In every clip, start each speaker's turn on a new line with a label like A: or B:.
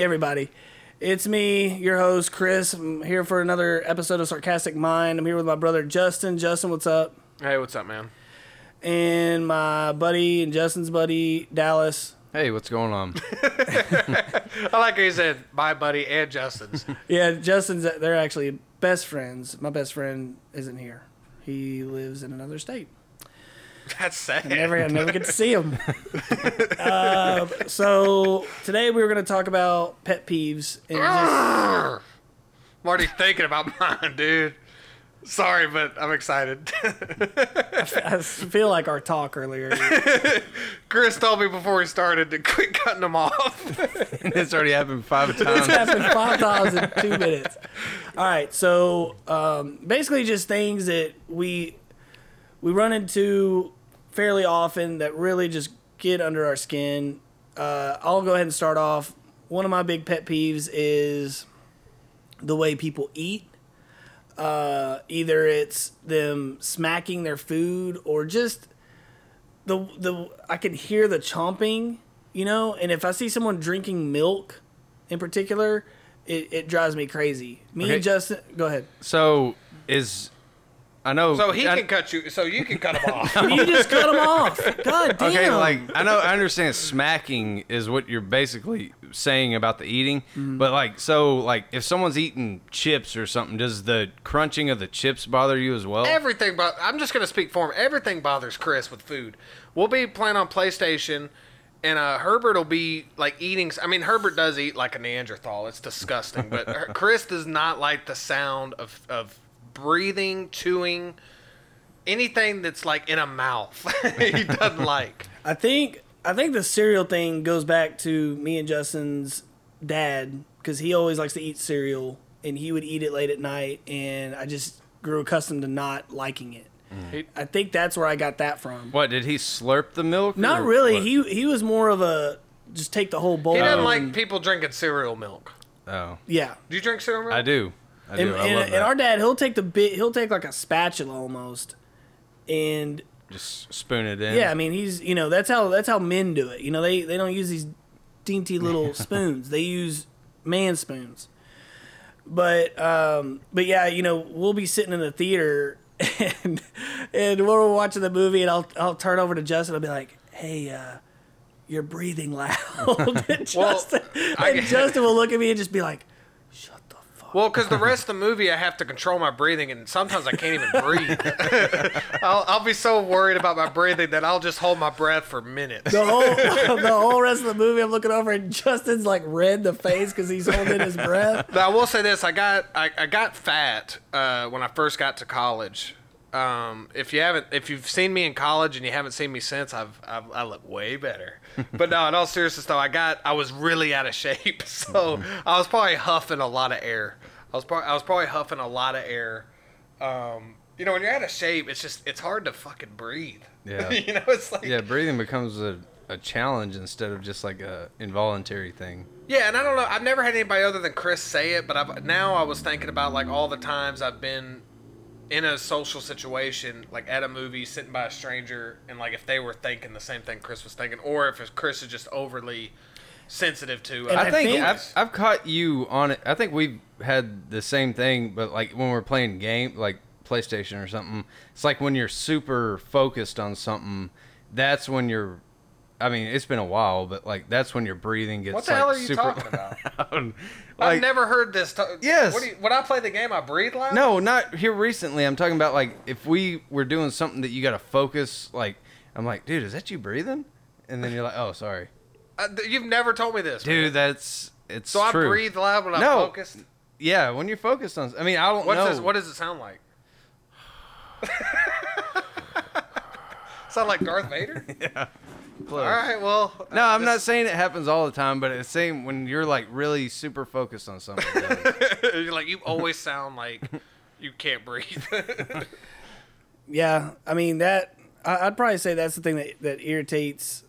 A: everybody. It's me, your host, Chris. I'm here for another episode of Sarcastic Mind. I'm here with my brother, Justin. Justin, what's up?
B: Hey, what's up, man?
A: And my buddy and Justin's buddy, Dallas.
C: Hey, what's going on?
B: I like how you said my buddy and Justin's.
A: Yeah, Justin's, they're actually best friends. My best friend isn't here, he lives in another state.
B: That's sad.
A: Never, I never get to see him. uh, so today we were going to talk about pet peeves and just,
B: I'm already thinking about mine, dude. Sorry, but I'm excited.
A: I feel like our talk earlier.
B: Chris told me before we started to quit cutting them off.
C: it's already happened five
A: It's
C: times.
A: happened five times in two minutes. All right, so um, basically just things that we we run into fairly often that really just get under our skin. Uh, I'll go ahead and start off. One of my big pet peeves is the way people eat. Uh, either it's them smacking their food or just the the I can hear the chomping, you know. And if I see someone drinking milk, in particular, it, it drives me crazy. Me
C: Okay.
A: and Justin, go ahead.
C: So is I know.
B: So he
C: I-
B: can cut you. So you can cut them off.
A: You just cut them off. God damn.
C: Okay, like I know I understand smacking is what you're basically saying about the eating,
A: Mm-hmm.
C: but like so like if someone's eating chips or something, does the crunching of the chips bother you as well?
B: Everything, but I'm just gonna speak for him. Everything bothers Chris with food. We'll be playing on PlayStation, and uh, Herbert will be like eating. I mean, Herbert does eat like a Neanderthal. It's disgusting. But her- Chris does not like the sound of of breathing, chewing, anything that's like in a mouth. he doesn't like.
A: I think I think the cereal thing goes back to me and Justin's dad because he always likes to eat cereal and he would eat it late at night and I just grew accustomed to not liking it.
B: He-
A: I think that's where I got that from.
C: What did he slurp the milk?
A: Not
C: or
A: really.
C: what?
A: He he was more of a just take the whole bowl.
B: He doesn't
A: and-
B: like people drinking cereal milk.
C: Oh,
A: Yeah.
B: Do you drink cereal milk?
C: I do. I do.
A: And,
C: I
A: and-
C: love
A: and
C: that.
A: our dad, he'll take the bit. He'll take like a spatula almost, and
C: Just spoon it in.
A: Yeah, I mean he's you know that's how that's how men do it. You know they they don't use these dainty little spoons. They use man spoons. But um but yeah, you know we'll be sitting in the theater and and when we're watching the movie and I'll I'll turn over to Justin. I'll be like, hey. uh you're breathing loud. and Justin,
B: I
A: and
B: get-
A: Justin will look at me and just be like, "Shut the fuck."
B: Well, because the rest of the movie, I have to control my breathing, and sometimes I can't even breathe. I'll, I'll be so worried about my breathing that I'll just hold my breath for minutes.
A: The whole the whole rest of the movie, I'm looking over and Justin's like red in the face because he's holding his breath.
B: Now, I will say this: I got I, I got fat uh, when I first got to college. Um, if you haven't, if you've seen me in college and you haven't seen me since, I've, I've I look way better. But no, in all seriousness, though, I got I was really out of shape, so
C: Mm-hmm.
B: I was probably huffing a lot of air. I was probably I was probably huffing a lot of air. Um, you know, when you're out of shape, it's just it's hard to fucking breathe.
C: Yeah.
B: you know, it's like
C: Yeah, breathing becomes a, a challenge instead of just like a involuntary thing.
B: Yeah, and I don't know. I've never had anybody other than Chris say it, but I've, now I was thinking about like all the times I've been in a social situation, like at a movie, sitting by a stranger, and like if they were thinking the same thing Chris was thinking, or if it's- Chris is just overly sensitive to.
A: And
C: I,
A: I
C: think,
A: think-
C: I've, I've caught you on it. I think we've had the same thing, but like when we're playing game, like PlayStation or something, it's like when you're super focused on something, that's when you're. I mean, it's been a while, but like that's when your breathing gets.
B: what the
C: like,
B: hell are you
C: super
B: talking about?
C: loud.
B: I've
C: Like,
B: never heard this. To-
C: Yes.
B: What do you, when I play the game, I breathe loud.
C: No, not here recently. I'm talking about like if we were doing something that you got to focus. Like I'm like, dude, is that you breathing? And then you're like, oh, sorry,
B: Uh, th- you've never told me this, man.
C: dude. That's it's
B: So
C: true.
B: I breathe loud when I'm
C: No.
B: focused.
C: Yeah, when you're focused on. I mean, I don't
B: What's
C: know.
B: this, what does it sound like? sound like Darth Vader?
C: Close.
B: All right, well.
C: No,
B: uh,
C: I'm not
B: this-
C: saying it happens all the time, but it's saying when you're like really super focused on something. it does.
B: You're like you always sound like you can't breathe.
A: Yeah, I mean that. I, I'd probably say that's the thing that that irritates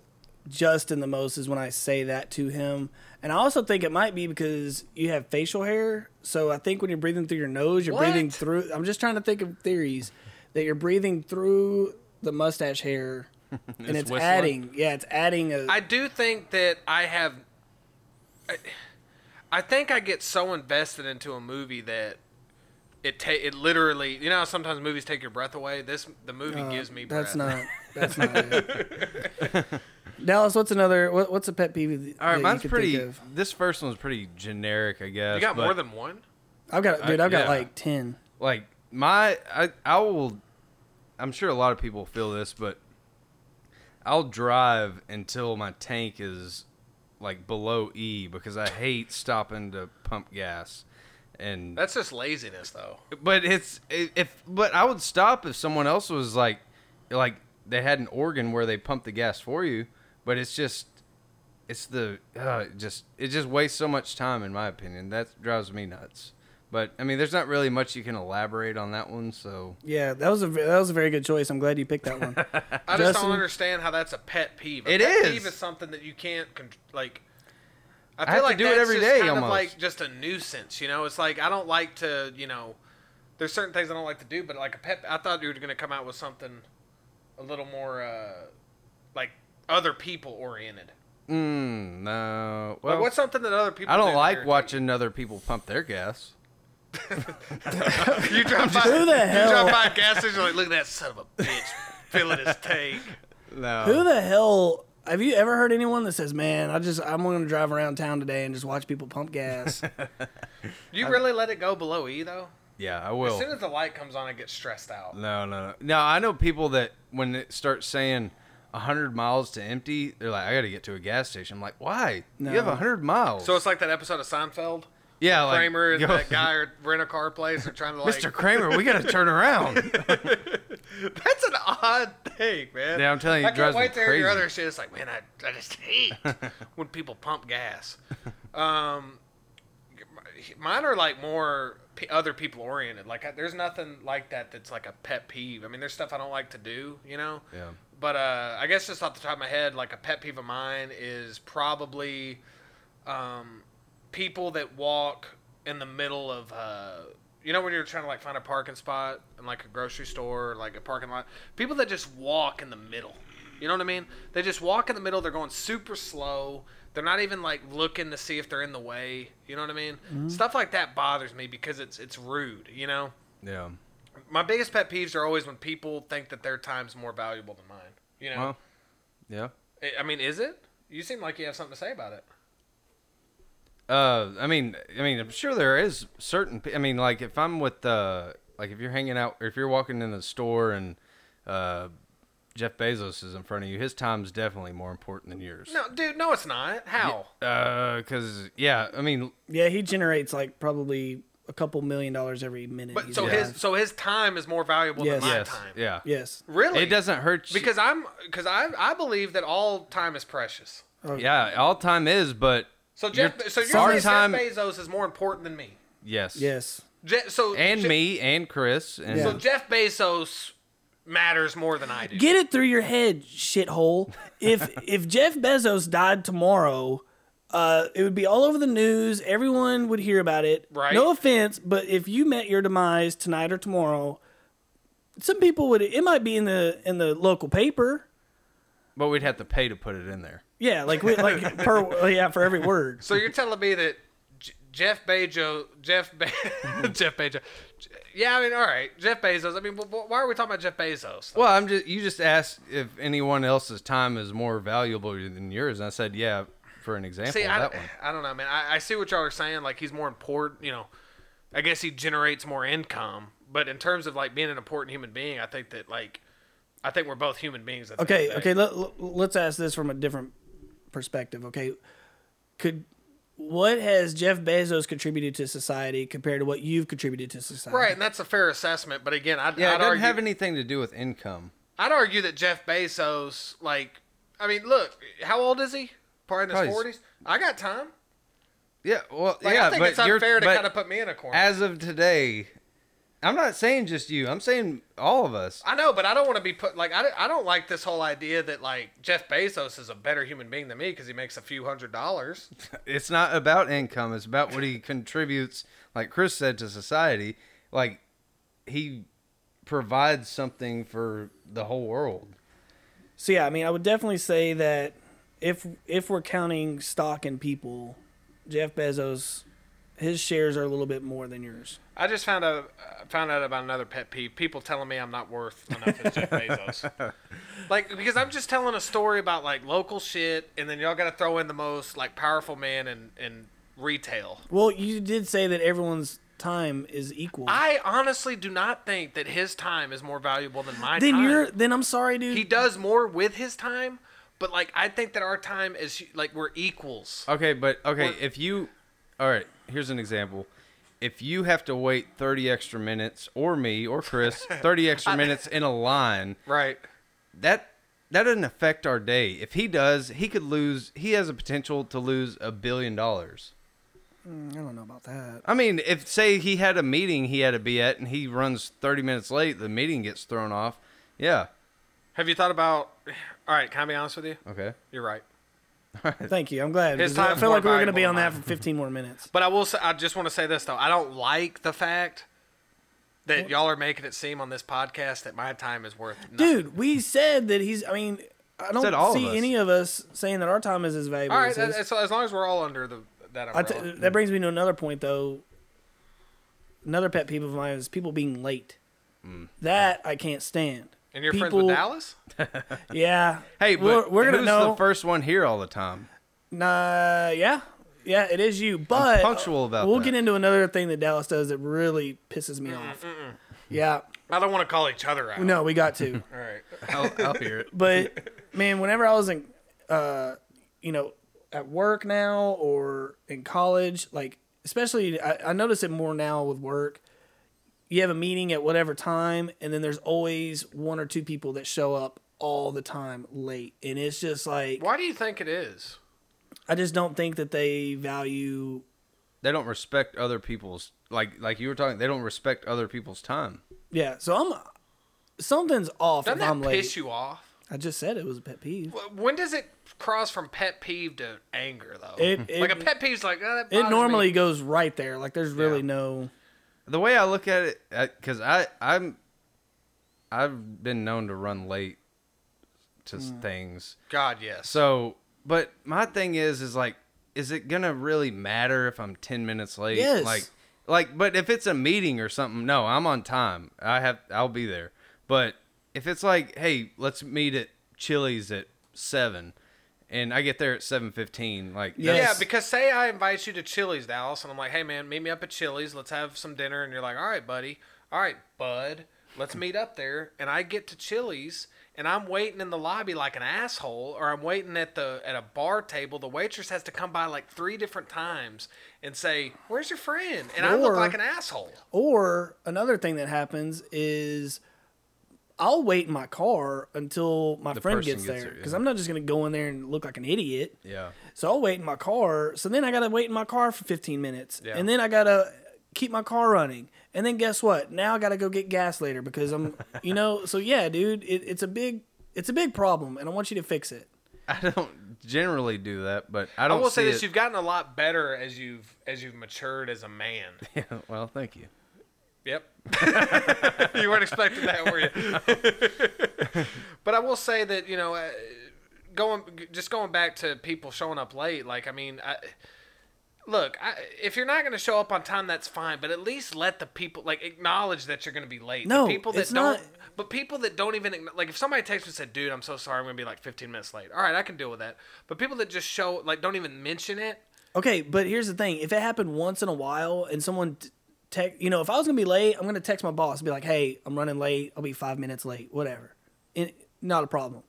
A: Justin the most is when I say that to him. And I also think it might be because you have facial hair, so I think when you're breathing through your nose, you're breathing
B: What?
A: through. I'm just trying to think of theories that you're breathing through the mustache hair, and it's,
C: whistling?
A: adding. Yeah, it's adding a.
B: I do think that I have. I, I think I get so invested into a movie that it ta- it literally you know how sometimes movies take your breath away. This the movie
A: Uh,
B: gives me breath.
A: That's not. That's not it. Dallas, what's another? What, what's a pet peeve? that-
C: All right,
A: that
C: mine's
A: you can
C: pretty.
A: Think of?
C: This first one's pretty generic, I guess.
B: You got
C: but,
B: more than one.
A: I've got, dude. I've got
C: yeah.
A: like ten.
C: like my. I I will. I'm sure a lot of people feel this, but I'll drive until my tank is like below E because I hate stopping to pump gas. And
B: That's just laziness, though.
C: But it's i- if but I would stop if someone else was like like they had an organ where they pumped the gas for you, but it's just it's the uh, it just it just wastes so much time in my opinion. That drives me nuts. But I mean, there's not really much you can elaborate on that one. So
A: Yeah, that was a ve- that was a very good choice. I'm glad you picked that one.
B: I just
A: Justin?
B: don't understand how that's a pet peeve. A
C: It
B: pet
C: is.
B: peeve is something that you can't con- like. I
C: have
B: feel
C: to
B: like
C: do it
B: that's
C: every
B: just
C: day
B: kind of
C: almost.
B: like just a nuisance. You know, it's like I don't like to. You know, there's certain things I don't like to do, but like a pet. I thought you were going to come out with something a little more uh, like other people oriented.
C: mm, no. Well,
B: like what's something that other people?
C: I
B: do
C: don't
B: that
C: like
B: irritates
C: watching other people pump their gas.
B: you? You drive by.
A: Who the hell-
B: You drive by a gas station like, look at that son of a bitch filling his tank.
C: No.
A: Who the hell? Have you ever heard anyone that says, "Man, I just I'm going to drive around town today and just watch people pump gas"?
B: You really let it go below E though.
C: yeah, I
B: As
C: will.
B: soon as the light comes on, I get stressed out.
C: No, no, no. No, I know people that when it starts saying 100 miles to empty, they're like, I got to get to a gas station. I'm like, why? You have
A: No.
C: 100 miles.
B: So it's like that episode of Seinfeld.
C: yeah, like,
B: Kramer and
C: go-
B: that guy are rent a car place and trying to like.
C: Mr. Kramer, we got to turn around.
B: That's an odd thing, man.
C: Yeah, I'm telling you,
B: I
C: it drives
B: can't
C: me
B: wait to hear your
C: crazy.
B: other shit. It's like, man, I, I just hate when people pump gas. Um, mine are like more p- other people oriented. Like, I, there's nothing like that that's like a pet peeve. I mean, there's stuff I don't like to do, you know.
C: Yeah.
B: But uh, I guess just off the top of my head, like a pet peeve of mine is probably um, people that walk in the middle of uh, you know when you're trying to like find a parking spot in like a grocery store or like a parking lot people that just walk in the middle you know what i mean they just walk in the middle they're going super slow they're not even like looking to see if they're in the way you know what i mean stuff like that bothers me because it's it's rude you know
C: yeah.
B: my biggest pet peeves are always when people think that their time's more valuable than mine you know
C: Well, yeah.
B: I- i mean is it you seem like you have something to say about it
C: Uh, I mean, I mean, I'm sure there is certain. pe- I mean, like if I'm with, uh, like if you're hanging out, or if you're walking in the store and uh, Jeff Bezos is in front of you, his time's definitely more important than yours.
B: no dude no it's not how
C: because yeah, I mean,
A: yeah, he generates like probably a couple million dollars every minute.
B: But
A: he's
B: so
A: alive.
B: his so his time is more valuable
A: Yes.
B: than my
C: yes,
B: time.
C: yeah,
A: yes,
B: Really?
C: It doesn't hurt you.
B: because I'm because I I believe that all time is precious.
C: yeah, all time is, but
B: So Jeff,
C: Your-
B: so you're
C: our
B: saying
C: time-
B: Jeff Bezos is more important than me.
C: yes,
A: yes.
B: Je- so
C: and
B: Je-
C: me and Chris and
B: So
A: Yeah.
B: Jeff Bezos matters more than I do.
A: Get it through your head, shithole. If if Jeff Bezos died tomorrow, uh, it would be all over the news. Everyone would hear about it.
B: Right.
A: No offense, but if you met your demise tonight or tomorrow, some people would. It might be in the in the local paper.
C: but we'd have to pay to put it in there.
A: Yeah, like we, like per yeah for every word.
B: so you're telling me that J- Jeff Bezos, Jeff Be- Jeff Bezos, J- yeah, I mean, all right, Jeff Bezos. I mean, wh- wh- why are we talking about Jeff Bezos?
C: Well, I'm just you just asked if anyone else's time is more valuable than yours, and I said yeah for an example
B: See,
C: of
B: I,
C: that one.
B: I don't know, man. I, I see what y'all are saying. Like he's more important. You know, I guess he generates more income. But in terms of like being an important human being, I think that like, I think we're both human beings. at the end
A: Okay,
B: of the
A: okay.
B: day.
A: Let, let- let's ask this from a different perspective. Okay, could what has Jeff Bezos contributed to society compared to what you've contributed to society?
B: Right, and that's a fair assessment. But again, I'd,
C: Yeah, it
B: I'd
C: doesn't
B: argue,
C: have anything to do with income.
B: I'd argue that Jeff Bezos, like, I mean, look, how old is he? Probably in
C: Probably
B: his forties. I got time.
C: Yeah, well,
B: Like,
C: yeah,
B: I think
C: but
B: it's
C: you're,
B: unfair to
C: but
B: kind of put me in a corner.
C: as of today, I'm not saying just you. I'm saying all of us.
B: I know, but I don't want to be put like I, don't- I don't like this whole idea that like Jeff Bezos is a better human being than me because he makes a few hundred dollars.
C: it's not about income it's about what he contributes like chris said to society like he provides something for the whole world
A: So yeah, I mean, I would definitely say that if if we're counting stock in people, Jeff Bezos, his shares are a little bit more than yours.
B: I just found out uh, found out about another pet peeve. People telling me I'm not worth enough as Jeff Bezos. like because I'm just telling a story about like local shit, and then y'all got to throw in the most like powerful man in in retail.
A: Well, you did say that everyone's time is equal.
B: I honestly do not think that his time is more valuable than my
A: then
B: time.
A: you're then I'm sorry, dude.
B: he does more with his time, but like I think that our time is like we're equals.
C: Okay, but okay,
B: Or-
C: if you all right, here's an example. If you have to wait 30 extra minutes or me or Chris 30 extra minutes in a line,
B: Right.
C: that that doesn't affect our day. If he does, he could lose he has a potential to lose a billion dollars.
A: I don't know about that.
C: I mean, if say he had a meeting he had to be at and he runs 30 minutes late, the meeting gets thrown off. Yeah.
B: Have you thought about? All right, can I be honest with you?
C: Okay.
B: You're right.
A: Thank you. I'm glad.
B: His
A: 'cause I
B: time's
A: feel
B: more
A: like we were going to be
B: valuable
A: on that
B: than mine.
A: for 15 more minutes.
B: But I will say, I just want to say this though. I don't like the fact that y'all are making it seem on this podcast that my time is worth. Nothing.
A: Dude, we said that he's. I mean, I
C: Said all
A: don't
C: of
A: see
C: us.
A: any of us saying that our time is as valuable
B: all right.
A: as his.
B: That, so as long as we're all under the that
A: I
B: umbrella.
A: t- that brings me to another point, though. Another pet peeve of mine is people being late.
C: Mm.
A: That I can't stand.
B: and you're friends
A: People-
B: with Dallas?
A: Yeah.
C: Hey,
A: we're,
C: but
A: we're gonna
C: who's
A: know.
C: the first one here all the time?
A: Nah, yeah, yeah, it is you. But
C: punctual about
A: We'll
C: that.
A: get into another thing that Dallas does that really pisses me off. Yeah.
B: I don't want to call each other out.
A: No, we got to.
B: All right.
C: I'll, I'll hear it.
A: but man, whenever I was in, uh, you know, at work now or in college, like especially I, I notice it more now with work. You have a meeting at whatever time, and then there's always one or two people that show up all the time late, and it's just like
B: Why do you think it is?
A: I just don't think that they value.
C: They don't respect other people's like like you were talking, they don't respect other people's time.
A: Yeah, so I'm something's off if
B: Doesn't that
A: I'm late.
B: piss you off?
A: I just said it was a pet peeve.
B: Wh- When does it cross from pet peeve to anger though?
A: It- it-
B: like a pet peeve's like oh, that
A: It
B: bothers me."
A: normally goes right there. Like there's really
B: Yeah.
A: no.
C: the way I look at it, because I, I'm, I've been known to run late to
A: Hmm.
C: s things.
B: God yes.
C: So, but my thing is, is like, is it gonna really matter if I'm ten minutes late?
A: Yes.
C: Like, like, but if it's a meeting or something, no, I'm on time. I have, I'll be there. But if it's like, hey, let's meet at Chili's at seven, and I get there at seven fifteen, like,
A: Yes.
B: Yeah, because say I invite you to Chili's, Dallas, and I'm like, hey, man, meet me up at Chili's. Let's have some dinner. And you're like, all right, buddy. All right, bud. Let's meet up there. And I get to Chili's, and I'm waiting in the lobby like an asshole, or I'm waiting at the at a bar table. The waitress has to come by like three different times and say, where's your friend? And I
A: Or-
B: look like an asshole.
A: Or another thing that happens is I'll wait in my car until my friend
C: person
A: gets,
C: gets
A: there
C: there,
A: because
C: yeah.
A: I'm not just gonna go in there and look like an idiot.
C: yeah.
A: So I'll wait in my car. So then I gotta wait in my car for 15 minutes,
B: Yeah.
A: and then I gotta keep my car running. And then guess what? Now I gotta go get gas later because I'm, you know. So yeah, dude, it, it's a big, it's a big problem, and I want you to fix it.
C: I don't generally do that, but I
B: I
C: don't.
B: will say
C: see
B: this:
C: it-
B: you've gotten a lot better as you've as you've matured as a man.
C: Yeah, well, thank you.
B: Yep. you weren't expecting that, were you? but I will say that you know, uh, going just going back to people showing up late. Like, I mean, I, look, I, if you're not going to show up on time, that's fine. But at least let the people like acknowledge that you're going to be late. The
A: No,
B: people that
A: it's
B: don't.
A: not-
B: But people that don't even acknow- like if somebody texts me and said, "Dude, I'm so sorry, I'm going to be like 15 minutes late." All right, I can deal with that. But people that just show like don't even mention it.
A: Okay, but here's the thing: if it happened once in a while, and someone t- text, you know, if I was gonna be late, I'm gonna text my boss and be like, "Hey, I'm running late. I'll be five minutes late. Whatever." And not a problem.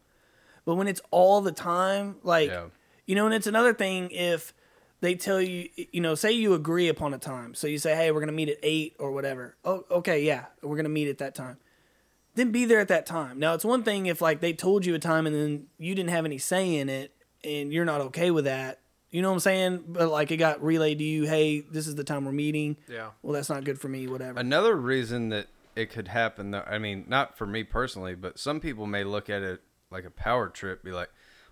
A: But when it's all the time, like,
C: Yeah.
A: you know, and it's another thing if they tell you, you know, say you agree upon a time. So you say, "Hey, we're gonna meet at eight or whatever." Oh, okay, yeah, we're gonna meet at that time. Then be there at that time. Now it's one thing if like they told you a time and then you didn't have any say in it and you're not okay with that. You know what I'm saying? But like it got relayed to you, hey, this is the time we're meeting.
B: Yeah.
A: Well, that's not good for me, whatever.
C: Another reason that it could happen, though, I mean, not for me personally, but some people may look at it like a power trip, be like,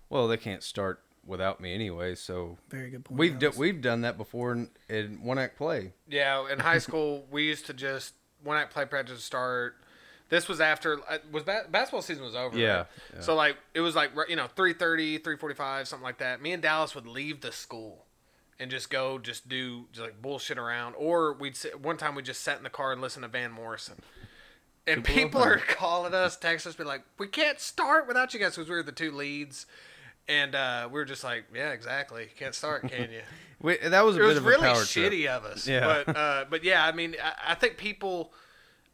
C: "Well, they can't start without me anyway." So
A: Very good point.
C: we've do,
A: Alex.
C: we've done that before in, in one act play.
B: Yeah, in high school, we used to just when act play practice would start. This was after uh, was ba- basketball season was over.
C: Yeah,
B: right?
C: yeah.
B: So like it was like right- you know 3:30, 3:45, something like that. Me and Dallas would leave the school and just go just do just like bullshit around. Or we'd sit, one time we just sat in the car and listened to Van Morrison. And people, are calling us, texting us, be like, "We can't start without you guys," because we were the two leads, and uh, we were just like, "Yeah, exactly. You can't start, can you?"
C: We, that was a
B: it
C: bit
B: was
C: of a
B: really
C: power trip.
B: shitty of us.
C: Yeah.
B: But uh, but yeah, I mean, I, I think people,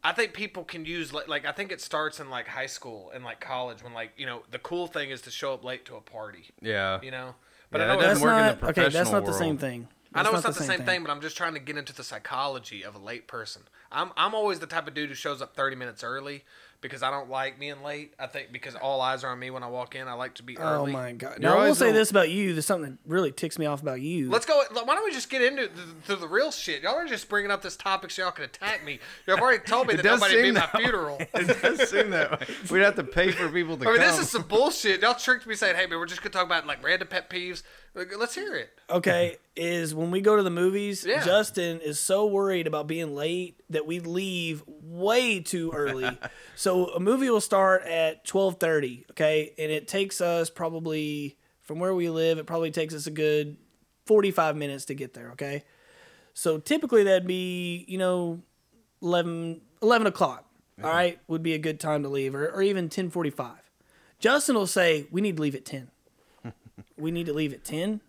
B: I think people can use like, like I think it starts in like high school and like college when like you know the cool thing is to show up late to a party.
C: Yeah.
B: You know. But
C: Yeah,
B: I know
C: that
A: That's
B: it's,
C: doesn't work in the
A: not okay. That's
C: professional
A: not the same
C: world.
A: thing.
B: I know
A: That's
B: it's not the same thing. but I'm just trying to get into the psychology of a late person. I'm I'm always the type of dude who shows up 30 minutes early because I don't like being late. I think because all eyes are on me when I walk in. I like to be
A: Oh
B: early.
A: my god!
C: You're
A: Now I will
C: always
A: say
C: the-
A: this about you. There's something that really ticks me off about you.
B: Let's go. Why don't we just get into the, to the real shit? Y'all are just bringing up this topic so y'all can attack me. Y'all have already told me that
C: does
B: nobody be
C: seem
B: my
C: that way.
B: funeral. I
C: it does seem that way. We'd have to pay for people to
B: mean,
C: come.
B: this is some bullshit. Y'all tricked me saying, "Hey, man, we're just gonna talk about like random pet peeves." Like, Let's hear it.
A: okay, is when we go to the movies,
B: Yeah.
A: Justin is so worried about being late that we leave way too early. so a movie will start at twelve thirty, okay, and it takes us probably from where we live. It probably takes us a good forty five minutes to get there, okay. So typically that'd be you know 11, 11 o'clock. All right, would be a good time to leave, or, or even ten forty five. Justin will say we need to leave at ten. we need to leave at ten.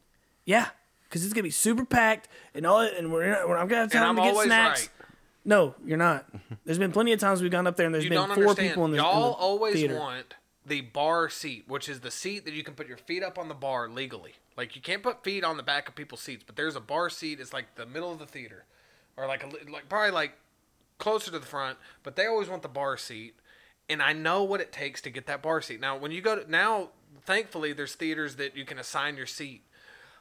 A: Yeah, because it's gonna be super packed and all, and we're, not, we're I'm gonna have
B: And
A: time
B: I'm
A: to get
B: always
A: snacks.
B: right.
A: No, you're not. There's been plenty of times we've gone up there and there's
B: You
A: been
B: don't
A: four
B: understand.
A: people in the, in
B: Y'all
A: the
B: always
A: theater.
B: want the bar seat, which is the seat that you can put your feet up on the bar legally. Like you can't put feet on the back of people's seats, but there's a bar seat. It's like the middle of the theater, or like a, li- like probably like closer to the front. But they always want the bar seat, and I know what it takes to get that bar seat. Now when you go to now, thankfully there's theaters that you can assign your seat.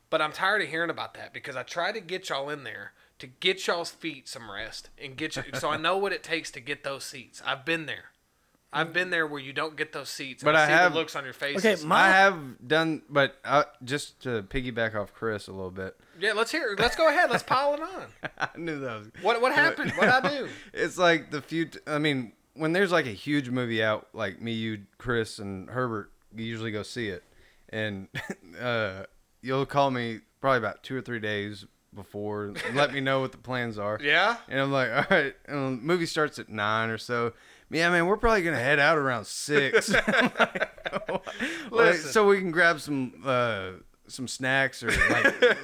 B: But I'm tired of hearing about that because I try to get y'all in there to get y'all's feet some rest and get you. so I know what it takes to get those seats. I've been there. I've been there where you don't get those seats.
C: But
B: and
C: I
B: see
C: have-
B: the looks on your faces.
A: Okay, my
C: I have done, but I, just to piggyback off Chris a little bit,
B: yeah, let's hear. it. Let's go ahead. Let's pile it on.
C: I knew that was.
B: What what happened? What I do?
C: It's like the few. t- I mean, when there's like a huge movie out, like me, you, Chris, and Herbert usually go see it, and uh, you'll call me probably about two or three days before, and let me know what the plans are.
B: Yeah?
C: and I'm like, all right. And the movie starts at nine or so. Yeah, man, we're probably gonna head out around six. Like,
B: Listen.
C: so we can grab some uh, some snacks or like,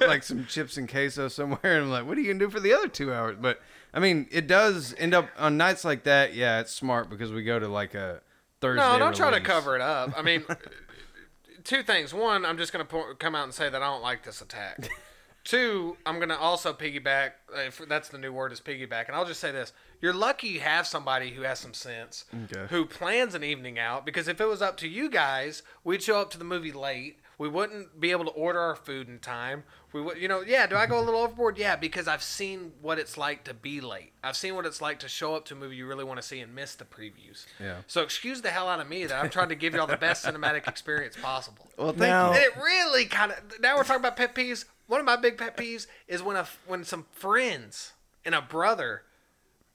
C: like some chips and queso somewhere. And I'm like, what are you gonna do for the other two hours? But I mean, it does end up on nights like that. Yeah, it's smart because we go to like a Thursday.
B: No, don't try to
C: release.
B: cover it up. I mean, two things. One, I'm just going to come out and say that I don't like this attack. Two, I'm going to also piggyback. If that's the new word is piggyback, and I'll just say this: You're lucky you have somebody who has some sense,
C: Okay.
B: who plans an evening out. Because if it was up to you guys, we'd show up to the movie late. We wouldn't be able to order our food in time. We would, you know, yeah. Do I go a little overboard? Yeah, because I've seen what it's like to be late. I've seen what it's like to show up to a movie you really want to see and miss the previews.
C: Yeah.
B: So excuse the hell out of me that I'm trying to give y'all the best cinematic experience possible.
C: Well, thank
A: Now-
C: you.
B: And it really kind of now we're talking about pet peeves. One of my big pet peeves is when a when some friends and a brother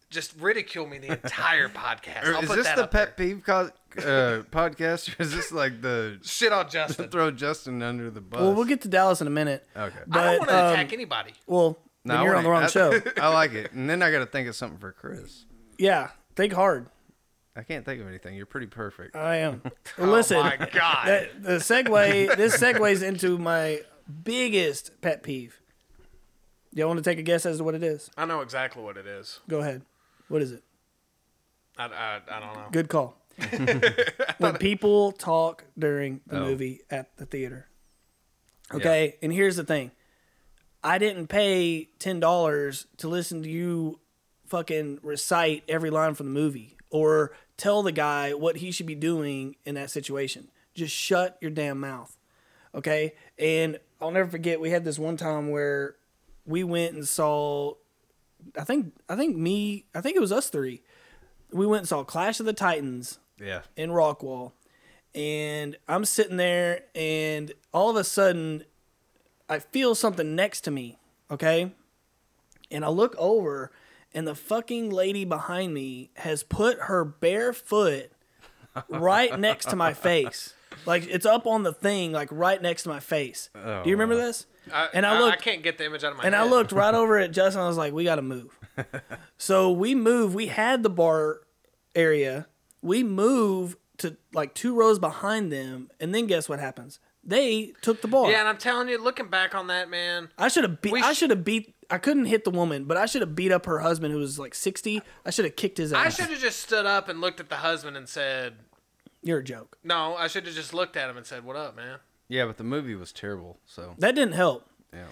B: just ridicule me the entire podcast. I'll
C: is
B: put
C: this
B: that
C: the
B: up
C: pet
B: there.
C: peeve co- uh, podcast, or is this like the
B: shit on Justin?
C: throw Justin under the bus?
A: Well, we'll get to Dallas in a minute.
C: Okay. I
A: but,
B: I don't want to
A: um,
B: attack anybody.
A: Well, then
C: I
A: you're on the wrong
C: wanna-
A: show.
C: I, I like it, and then I got to think of something for Chris.
A: Yeah, think hard.
C: I can't think of anything. You're pretty perfect.
A: I am. Well, listen,
B: oh my god!
A: that- the segue. This segues into my biggest pet peeve. Y'all want to take a guess as to what it is?
B: I know exactly what it is.
A: Go ahead. What is it?
B: I, I, I don't know.
A: Good call. when people talk during the movie at the theater. Okay, and here's the thing. I didn't pay ten dollars to listen to you fucking recite every line from the movie or tell the guy what he should be doing in that situation. Just shut your damn mouth. Okay? And I'll never forget we had this one time where we went and saw I think I think me I think it was us three. We went and saw Clash of the Titans
C: Yeah.
A: in Rockwall, and I'm sitting there, and all of a sudden, I feel something next to me, okay? And I look over, and the fucking lady behind me has put her bare foot right next to my face. Like, it's up on the thing, like right next to my face. Do you remember this?
B: I,
A: And Oh, I
B: I,
A: looked-
B: I can't get the image out of my
A: And
B: head.
A: I looked right over at Justin. I was like, we got to move. so we move. We had the bar area. We move to like two rows behind them. And then guess what happens? They took the bar.
B: Yeah, and I'm telling you, looking back on that, man,
A: I should have beat.
B: We
A: I
B: sh-
A: should have beat. I couldn't hit the woman, but I should have beat up her husband who was like 60. I should have kicked his
B: I
A: ass.
B: should have just stood up and looked at the husband and said,
A: You're a joke.
B: "No." I should have just looked at him and said, "What up, man?"
C: Yeah, but the movie was terrible. So
A: That didn't help.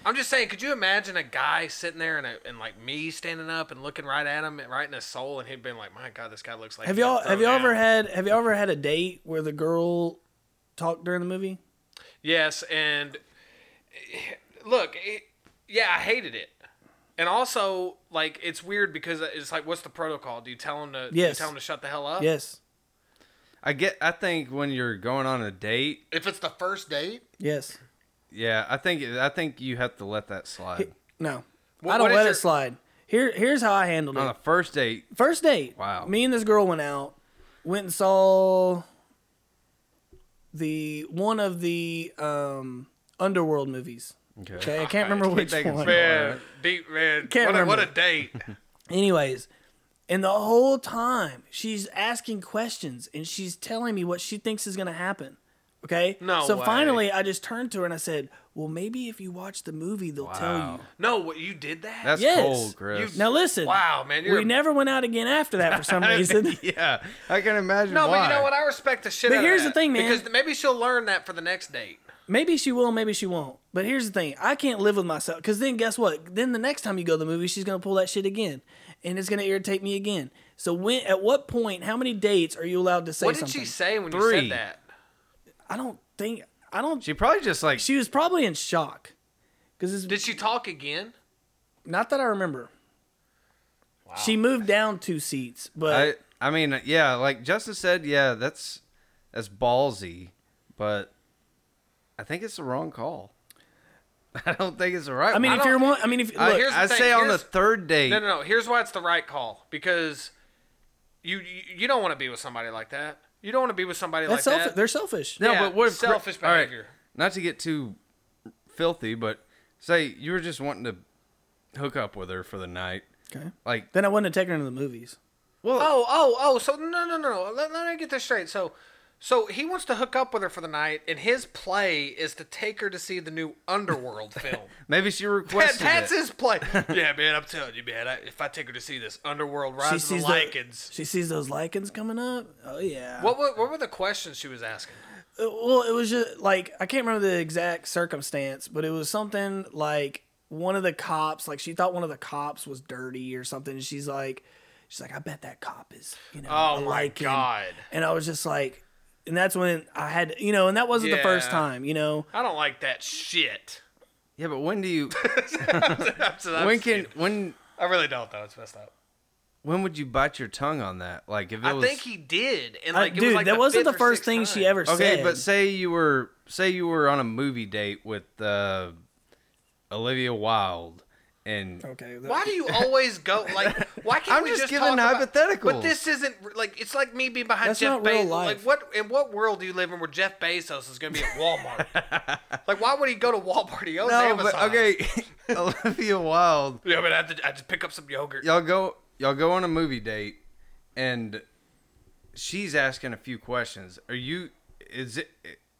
B: I'm just saying, could you imagine a guy sitting there and, a, and like me standing up and looking right at him, and right in his soul, and he'd been like, "My God, this guy looks like."
A: Have
B: he got
A: y'all have
B: thrown
A: y'all
B: out."
A: ever had have y'all ever had a date where the girl talked during the movie?
B: Yes, and eh, look, it, yeah, I hated it, and also like it's weird because it's like, what's the protocol? Do you tell him to? do you
A: Yes.
B: tell him to shut the hell up.
A: Yes.
C: I get. I think when you're going on a date,
B: If it's the first date,
A: Yes.
C: yeah, I think I think you have to let that slide.
A: No.
B: What-
A: I don't
B: what is
A: let
B: your-
A: it slide. Here here's how I handled
C: On
A: it.
C: a first date,
A: First date.
C: Wow.
A: Me and this girl went out, went and saw the one of the um underworld movies.
C: Okay.
A: Okay, I can't remember which
C: thinking
A: one.
C: so.
B: man, deep man,
A: Can't
B: what, a, what a
A: remember.
B: date.
A: Anyways, and the whole time she's asking questions and she's telling me what she thinks is going to happen. Okay?
B: No
A: So
B: way.
A: finally, I just turned to her and I said, Well, maybe if you watch the movie, they'll tell
C: Wow.
A: you.
B: No, what you did that?
C: That's
A: Yes.
C: cold, Chris.
A: Now, listen.
B: wow, man. You're
A: We
B: a-
A: never went out again after that for some reason.
C: yeah, I can imagine.
B: No,
C: why.
B: but you know what? I respect the shit.
A: But
B: out of
A: here's the
B: that,
A: thing, man.
B: Because maybe she'll learn that for the next date.
A: maybe she will, maybe she won't. But here's the thing I can't live with myself. Because then, guess what? Then the next time you go to the movie, she's going to pull that shit again. And it's going to irritate me again. So, when, at what point, how many dates are you allowed to say
B: What did
A: something?
B: she say when
C: Three.
B: you said that?
A: I don't think. I don't
C: She probably just like
A: She was probably in shock because it's
B: Did she talk again?
A: not that I remember. She moved down two seats,
C: I
A: but
C: I mean, yeah, like Justin said, yeah, that's that's ballsy, but I think it's the wrong call. I don't think it's the right.
A: I, mean,
C: one.
A: if
B: don't-
A: you're one, I mean, if
C: I,
A: look,
B: here's the
C: I
B: thing,
C: say on the
B: here's-
C: third date,
B: No, no, no. Here's why it's the right call because you you, you don't want to be with somebody like that. You don't want to be with somebody
A: that's
B: like
A: selfish.
B: that.
A: They're selfish.
C: No,
B: Yeah,
C: but what if Chri-
B: selfish
C: all right,
B: behavior.
C: not to get too filthy, but say you were just wanting to hook up with her for the night,
A: Okay.
C: like
A: Then I wouldn't have taken her to the movies.
B: Oh, oh, oh. So no, no, no. no. Let, let me get this straight. So, so he wants to hook up with her for the night, and his play is to take her to see the new Underworld film.
C: maybe she
B: That,
C: requested
B: that's
C: it.
B: his play. yeah, man, I'm telling you, man. I, if I take her to see this Underworld
A: She
B: Rise of
A: sees
B: the
A: the-
B: Lycans,
A: She sees those lichens coming up. Oh yeah.
B: what, what what were the questions she was asking?
A: Uh, well, it was just like I can't remember the exact circumstance, but it was something like one of the cops, like she thought one of the cops was dirty or something. And she's like, she's like, I bet that cop is, you know,
B: Oh
A: a
B: my
A: Lycan."
B: God.
A: And I was just like, and that's when I had, you know, and that wasn't the first
B: Yeah.
A: time, you know.
B: I don't like that shit.
C: Yeah, but when do you?
B: That's- that's-
C: when can when?
B: I really don't though. It's messed up.
C: When would you bite your tongue on that? Like if it
B: I
C: was,
B: think he did, and
A: I-
B: like it
A: dude,
B: was like
A: that wasn't the
B: fifth or
A: first
B: sixth
A: thing she
B: time.
A: ever
C: Okay,
A: said.
C: but say you were say you were on a movie date with uh, Olivia Wilde, and
A: okay, that-
B: Why do you always go like? Why can't
C: I'm
B: we
C: just
B: just
C: giving
B: talk about-
C: hypotheticals.
B: but this isn't like it's like me being behind
A: That's
B: Jeff
A: not real
B: Bezos. Like
A: life.
B: what in what world do you live in where Jeff Bezos is going to be at Walmart? like why would he go to Walmart? He owns
C: no,
B: Amazon.
C: but okay, Olivia Wilde,
B: Yeah, but I have to I have to pick up some yogurt.
C: y'all go y'all go on a movie date, and she's asking a few questions. Are you? Is it?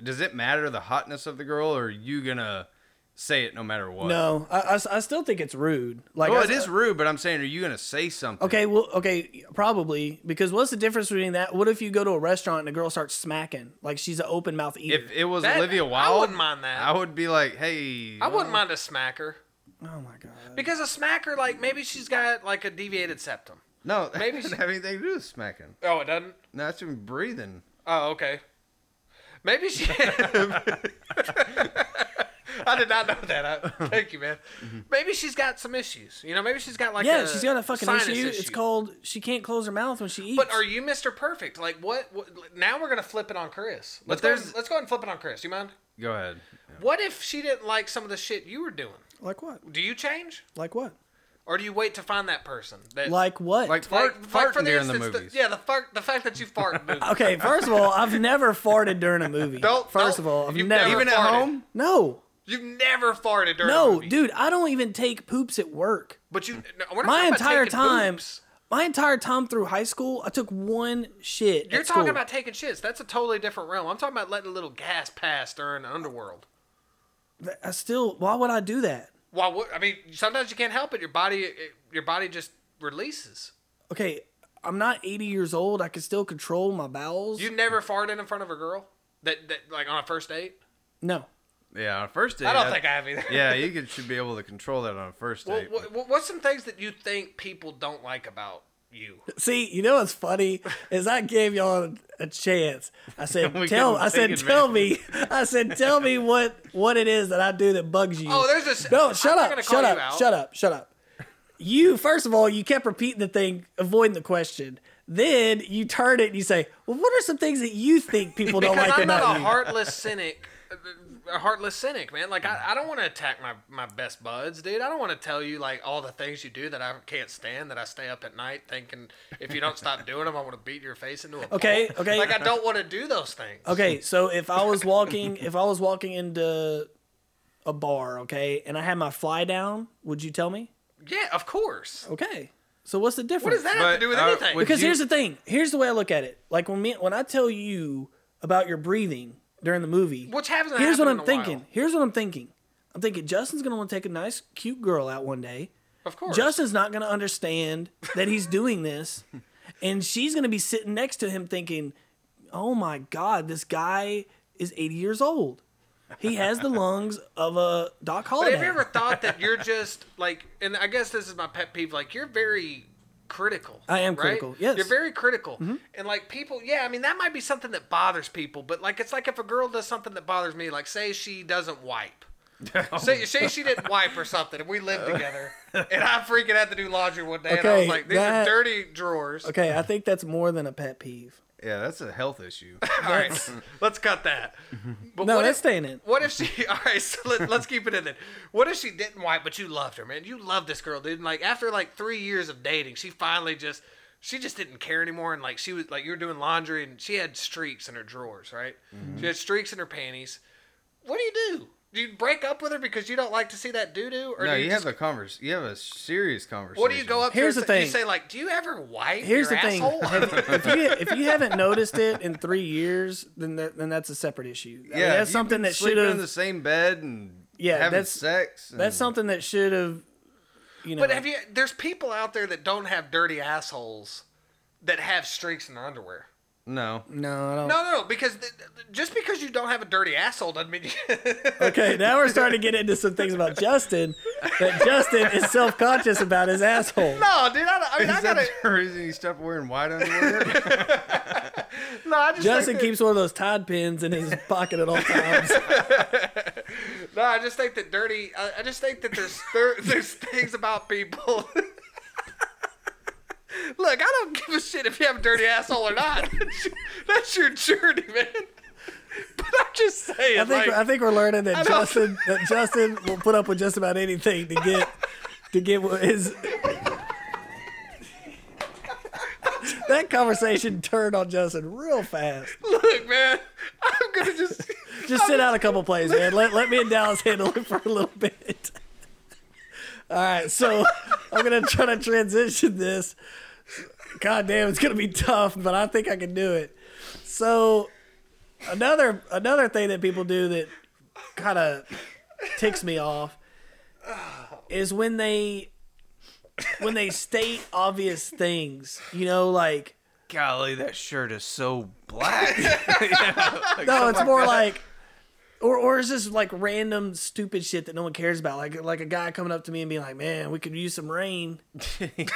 C: Does it matter the hotness of the girl, or are you gonna say it no matter what?
A: no, I, I s- I still think it's rude. Like,
B: Oh,
C: Well,
A: I-
C: it is rude, but I'm saying, are you gonna say something?
A: Okay, well, okay, probably because what's the difference between that? What if you go to a restaurant and a girl starts smacking like she's an open mouth eater?
C: If it was
B: That-
C: Olivia
B: I
C: Wilde,
B: wouldn't mind that.
C: I would be like, hey,
B: I wouldn't mind a smacker
A: oh my god!
B: because a smacker like maybe she's got like a deviated septum.
C: No, that
B: Maybe
C: doesn't
B: she-
C: have anything to do with smacking.
B: Oh, it doesn't.
C: No, that's even breathing.
B: Oh, okay. Maybe she. I did not know that. I, thank you, man. Maybe she's got some issues. You know, maybe she's got like
A: Mm-hmm. Yeah,
B: a
A: she's got a fucking
B: sinus
A: issue. It's called she can't close her mouth when she eats.
B: But are you Mr. Perfect? Like what? what now we're gonna flip it on Chris. Let's go,
C: there's-
B: ahead- let's go ahead and flip it on Chris. You mind?
C: Go ahead.
B: What if she didn't like some of the shit you were doing?
A: like what?
B: Do you change,
A: Like what?
B: or do you wait to find that person? That,
A: Like what?
C: Like fart, farting during the
B: instance,
C: movies.
B: yeah, the fart, the fact that you fart. in movies.
A: okay, first of all, I've never farted during a movie.
B: Don't-
A: First
B: don't-
A: of all, I've
B: you've
A: never.
B: never
C: Even at
B: farted.
C: home?
A: no,
B: You've never farted during a
A: No,
B: movie.
A: dude, I don't even take poops at work.
B: But you, no, we're not
A: My
B: talking about
A: entire
B: taking
A: time,
B: poops.
A: my entire time through high school, I took one shit.
B: You're
A: at
B: talking
A: school.
B: about taking shits. That's a totally different realm. I'm talking about letting a little gas pass during the underworld.
A: I still. Why would I do that?
B: Why? would I mean, sometimes you can't help it. Your body, it, your body just releases.
A: Okay, I'm not 80 years old. I can still control my bowels.
B: You never farted in front of a girl that, that like on a first date.
A: no.
C: Yeah, on a first date.
B: I don't think I have either.
C: Yeah, you could, should be able to control that on a first
B: Well,
C: date.
B: what, what- what's some things that you think people don't like about you?
A: See, you know what's funny is I gave y'all a chance. I said,
C: We
A: tell.
C: couldn't
A: I said,
C: take
A: tell me. I said, tell me what what it is that I do that bugs you.
B: Oh, there's this.
A: No,
B: I'm
A: shut
B: not
A: up,
B: gonna call
A: shut
B: you
A: up,
B: out.
A: shut up, shut up. You first of all, you kept repeating the thing, avoiding the question. Then you turn it and you say, "Well, what are some things that you think people don't
B: Because
A: like
B: I'm not
A: about
B: a
A: you?"
B: heartless cynic. A heartless cynic, man. Like I, I don't want to attack my, my best buds, dude. I don't want to tell you like all the things you do that I can't stand. That I stay up at night thinking if you don't stop doing them, I want to beat your face into a pole.
A: Okay, okay.
B: Like I don't want to do those things.
A: Okay, so if I was walking, if I was walking into a bar, okay, and I had my fly down, would you tell me?
B: Yeah, of course.
A: Okay. So what's the difference?
B: What does that have to
C: But,
B: do with
C: uh,
B: anything?
C: would-
A: Because
C: you-
A: here's the thing. Here's the way I look at it. Like when me, when I tell you about your breathing during the movie,
B: Which hasn't
A: Here's what
B: happened
A: I'm
B: in a while.
A: thinking. Here's what I'm thinking. I'm thinking Justin's gonna want to take a nice, cute girl out one day.
B: of course.
A: Justin's not gonna understand that he's doing this, and she's gonna be sitting next to him thinking, "Oh my God, this guy is 80 years old. He has the lungs of a Doc
B: But
A: Holliday."
B: have you ever thought that you're just like, and I guess this is my pet peeve, like you're very critical.
A: I am
B: right?
A: critical, yes. Mm-hmm.
B: You're very critical. And like people, yeah, I mean, that might be something that bothers people, but like it's like if a girl does something that bothers me, like say she doesn't wipe. say, say she didn't wipe or something, and we lived together, and I freaking had to do laundry one day, and I
A: Uh.
B: was
A: Okay,
B: like, "These
A: that-
B: are dirty drawers."
A: okay, I think that's more than a pet peeve.
C: yeah, that's a health issue.
B: All right, let's cut that. But
A: Mm-hmm. No,
B: what
A: that's
B: if-
A: staying in.
B: What if she? All right, so let, let's keep it in it. What if she didn't wipe, but you loved her, man? You loved this girl, dude. And like after like three years of dating, she finally just she just didn't care anymore. And like she was like you were doing laundry, and she had streaks in her drawers, right?
C: Mm-hmm.
B: She had streaks in her panties. What do you do? Do you break up with her because you don't like to see that doo doo, or
C: no,
B: do
C: you,
B: you,
C: have
B: just,
C: a converse. You have a serious conversation.
B: what do you go up? to her
A: Here's
B: and
A: the
B: say- You
A: thing.
B: say like, do you ever wipe?
A: Here's
B: your
A: the thing.
B: asshole?"
A: if you if you haven't noticed it in three years, then that, then that's a separate issue. I mean,
C: Yeah,
A: that's
C: you've
A: something
C: been
A: that should
C: sleeping in the
A: have.
C: same bed and
A: Yeah,
C: having
A: that's-
C: sex. And,
A: That's something that should have. You know,
B: But have you? There's people out there that don't have dirty assholes that have streaks in their underwear.
C: no.
A: no, I don't.
B: No, no, because th- th- just because you don't have a dirty asshole doesn't mean. You...
A: Okay, now we're starting to get into some things about Justin that Justin is self conscious about his asshole.
B: no, dude. I, don't- I mean, I
C: Is that
B: gotta.
C: the reason you stopped wearing white underwear?
B: No, I just.
A: Justin
B: think
A: keeps one of those Tide pins in his pocket at all times.
B: That, no, I just think that dirty. I, I just think that there's there, there's things about people. Look, I don't give a shit if you have a dirty asshole or not. That's your, that's your journey, man. But I'm just saying.
A: I think
B: like,
A: I think we're learning that
B: don't-
A: Justin that Justin will put up with just about anything to get to get what his. that conversation turned on Justin real fast.
B: look, man. I'm gonna just.
A: Just sit out a couple plays, man. Let, let me and Dallas handle it for a little bit. All right, so I'm gonna try to transition this. God damn, it's gonna be tough, but I think I can do it. So another another thing that people do that kind of ticks me off is when they when they state obvious things. You know, like
D: Golly, that shirt is so black.
B: Oh
A: no, it's more like, or or is this like random stupid shit that no one cares about? Like like a guy coming up to me and being like, "Man, we could use some rain."
B: Who
A: what?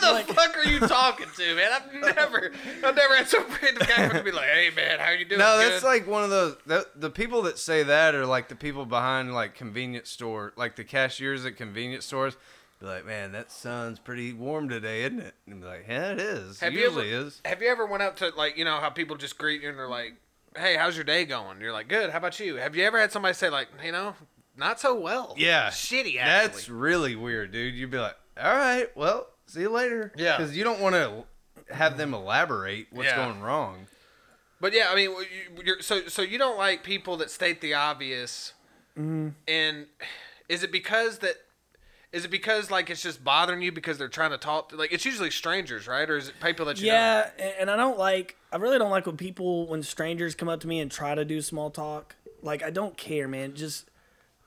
B: the
A: Like,
B: fuck are you talking to, man? I've never, I've never had some random guy come to be like, "Hey, man, how you doing?"
C: no, that's
B: Good?
C: like one of those. That, the people that say that are like the people behind like convenience store, like the cashiers at convenience stores. Be like, man, that sun's pretty warm today, isn't it? And be like, yeah, it is.
B: Have
C: Usually
B: you ever,
C: is.
B: Have you ever went up to like you know how people just greet you and they're like, "Hey, how's your day going?" And you're like, "Good. How about you?" Have you ever had somebody say like, "You know, not so well."
C: Yeah,
B: shitty. Actually.
C: That's really weird, dude. You'd be like, all right, well, see you later.
B: Yeah.
C: because you don't want to have them elaborate what's
B: Yeah.
C: going wrong.
B: But yeah, I mean, you- you're, so so you don't like people that state the obvious,
C: Mm-hmm.
B: and is it because that? Is it because like it's just bothering you because they're trying to talk? To, like it's usually strangers, right? Or is it people that you know?
A: Yeah, and and I don't like. I really don't like when people, when strangers come up to me and try to do small talk. Like I don't care, man. Just,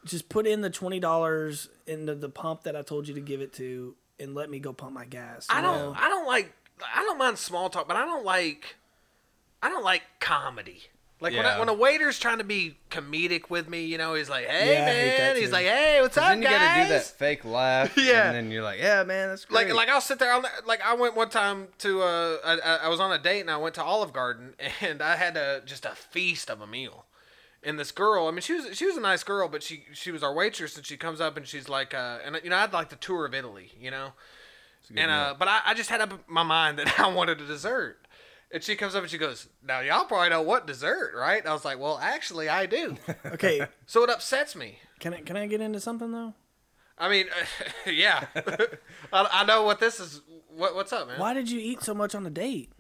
A: just put in the twenty dollars into the pump that I told you to give it to, and let me go pump my gas. you
B: I
A: know?
B: don't. I don't like. I don't mind small talk, but I don't like. I don't like comedy. Like when,
C: Yeah.
B: I, when a waiter's trying to be comedic with me, you know, he's like, "Hey
A: Yeah, I hate that
B: man," he's
A: too.
B: like, "Hey, what's up,
C: Then you gotta
B: guys?"
C: do that fake laugh.
B: Yeah.
C: And then you're like, yeah, man, that's great.
B: Like, like I'll sit there. I'll, like I went one time to uh, I, I- I was on a date and I went to Olive Garden and I had a just a feast of a meal. And this girl, I mean, she was she was a nice girl, but she she was our waitress and she comes up and she's like, uh, and you know, I'd like the tour of Italy, you know, and uh, but I, I just had up in my mind that I wanted a dessert. And she comes up and she goes, "Now y'all probably know what dessert, right?" I was like, "Well, actually, I do."
A: Okay,
B: so it upsets me.
A: can I can I get into something though?
B: I mean, yeah, I, I know what this is. What, what's up, man?
A: Why did you eat so much on a date?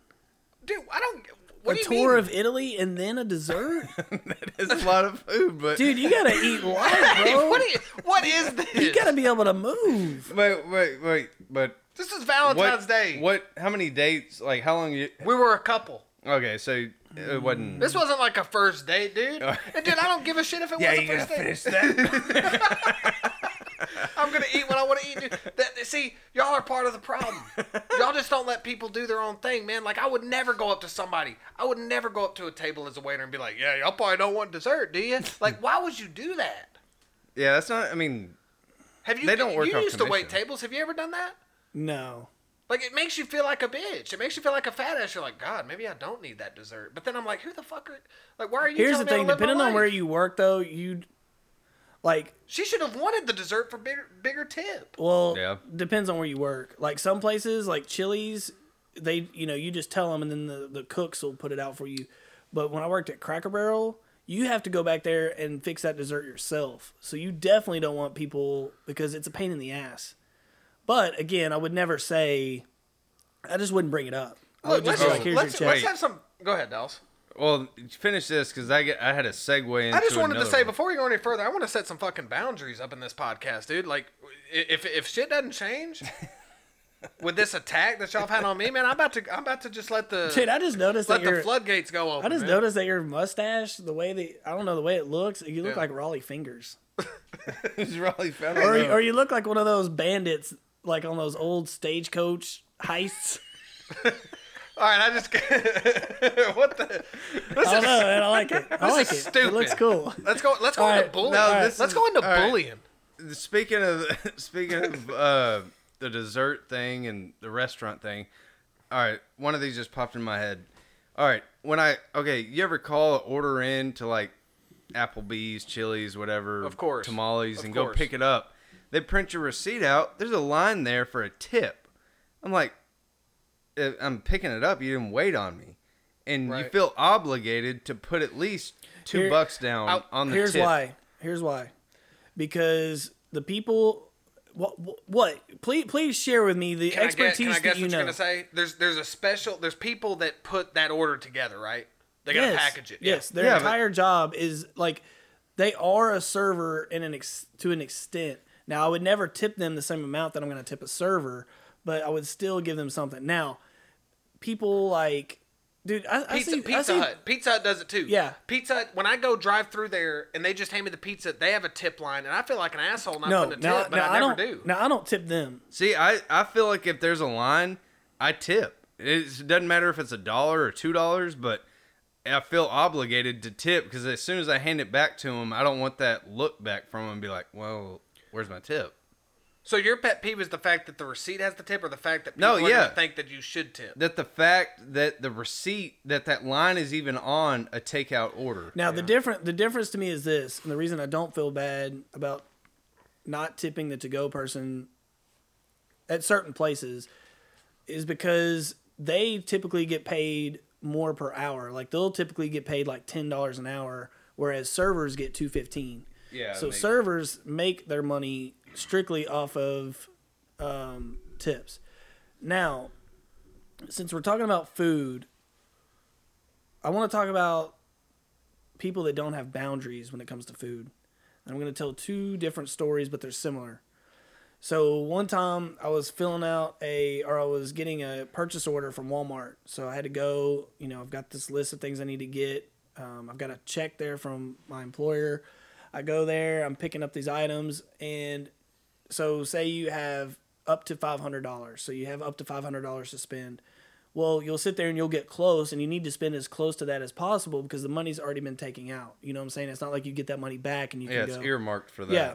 B: Dude, I don't. What
A: a
B: do you
A: tour
B: mean?
A: of Italy and then a dessert,
C: it's a lot of food, but
A: dude. You gotta eat life,
B: Hey,
A: bro.
B: what, is, what is this?
A: you gotta be able to move.
C: wait, wait, wait, but
B: this is
C: what?
B: Valentine's Day.
C: What? How many dates? Like, how long? You
B: We were a couple.
C: okay? So it wasn't.
B: This wasn't like a first date, dude. And dude, I don't give a shit if it was a first date.
C: that.
B: I'm gonna eat what I want to eat. Dude. That, see, y'all are part of the problem. y'all just don't let people do their own thing, man. Like I would never go up to somebody. I would never go up to a table as a waiter and be like, "Yeah, y'all probably don't want dessert, do you?" Like, why would you do that?
C: yeah, that's not. I mean,
B: Have you?
C: They don't work
B: You
C: on
B: used to wait
C: commission.
B: tables. Have you ever done that?
A: No,
B: Like it makes you feel like a bitch. It makes you feel like a fat ass. You're like, God, maybe I don't need that dessert. But then I'm like, who the fuck are? Like, why are you?
A: here's the
B: telling me
A: thing.
B: how to live my
A: Depending on
B: life?
A: where you work, though, you like
B: she should have wanted the dessert for bigger, bigger tip.
A: Well,
C: Yeah.
A: depends on where you work. Like some places, like Chili's, they you know you just tell them, and then the the cooks will put it out for you. But when I worked at Cracker Barrel, you have to go back there and fix that dessert yourself. So you definitely don't want people because it's a pain in the ass. But again, I would never say. I just wouldn't bring it up. I
B: Look,
A: would
B: let's,
A: just be like,
B: just,
A: here's
B: let's,
A: your
B: let's
A: check.
B: have some. Go ahead, Dallas.
C: well, finish this because I get. I had a segue. Into
B: I just wanted to
C: another
B: say
C: one.
B: before we go any further, I want to set some fucking boundaries up in this podcast, dude. Like, i- if if shit doesn't change. With this attack that y'all have had on me, man, I'm about to I'm about to just let the
A: Dude, I just noticed
B: let
A: that
B: the
A: your
B: floodgates go open.
A: I just
B: man.
A: noticed that your mustache, the way that I don't know the way it looks, you look
B: Yeah.
A: like Raleigh fingers.
C: It's Raleigh Fowler.
A: or, you- or you look like one of those bandits, like on those old stagecoach heists.
B: All right, I just what the
A: I don't know, and I like it. I like it.
B: is
A: It looks
B: stupid.
A: cool.
B: Let's go. Let's go
A: All
B: into
A: right.
B: bullying.
C: No,
B: let's
C: this is-
B: go into
C: all right.
B: bullying.
C: speaking of speaking of uh, the dessert thing and the restaurant thing all right one of these just popped in my head all right when i okay you ever call an order in to like applebee's chili's whatever
B: Of course.
C: tamales
B: Of
C: and
B: course.
C: go pick it up they print your receipt out there's a line there for a tip i'm like if i'm picking it up you didn't wait on me and you
B: Right.
C: feel obligated to put at least two
A: Here-
C: bucks down
B: I'll-
C: on the
A: Here's
C: tip.
A: why. Here's why. Because the people. What? What? Please, please share with me the
B: Can I guess,
A: expertise
B: can I guess
A: that you
B: what
A: know.
B: you're gonna say? There's there's a special. There's people that put that order together, right? They gotta
A: yes.
B: package it.
A: Yes, their
C: Yeah, but-
A: entire job is like they are a server in an ex- to an extent. Now, I would never tip them the same amount that I'm going to tip a server, but I would still give them something. Now, people like, dude, I, I
B: Pizza,
A: see I
B: pizza
A: see-
B: Hut. Pizza Hut does it too.
A: Yeah.
B: Pizza Hut. When I go drive through there and they just hand me the pizza, they have a tip line, and I feel like an asshole not
A: No,
B: putting a tip,
A: now,
B: but
A: now
B: I
A: I,
B: never
A: don't.
B: do.
A: Now I don't tip them.
C: See, I, I feel like if there's a line, I tip. It's, it doesn't matter if it's a dollar or two dollars, but I feel obligated to tip because as soon as I hand it back to him, I don't want that look back from him and be like, "Well, where's my tip?"
B: So your pet peeve is the fact that the receipt has the tip, or the fact that people
C: No,
B: are gonna
C: yeah.
B: think that you should tip.
C: That the fact that the receipt that that line is even on a takeout order.
A: Now the different the difference to me is this, and the reason I don't feel bad about not tipping the to go person at certain places is because they typically get paid more per hour. Like they'll typically get paid like ten dollars an hour, whereas servers get two fifteen.
C: Yeah,
A: So
C: they-
A: servers make their money strictly off of um, tips. Now, since we're talking about food, I want to talk about people that don't have boundaries when it comes to food. And I'm going to tell two different stories, but they're similar. So one time I was filling out a, or I was getting a purchase order from Walmart. So I had to go, you know, I've got this list of things I need to get. Um, I've got a check there from my employer. I go there, I'm picking up these items. And so say you have up to $500. So you have up to $500 to spend. Well, you'll sit there and you'll get close and you need to spend as close to that as possible because the money's already been taken out. You know what I'm saying? It's not like you get that money back and you
C: Yeah,
A: can
C: it's
A: go.
C: earmarked for that.
A: Yeah.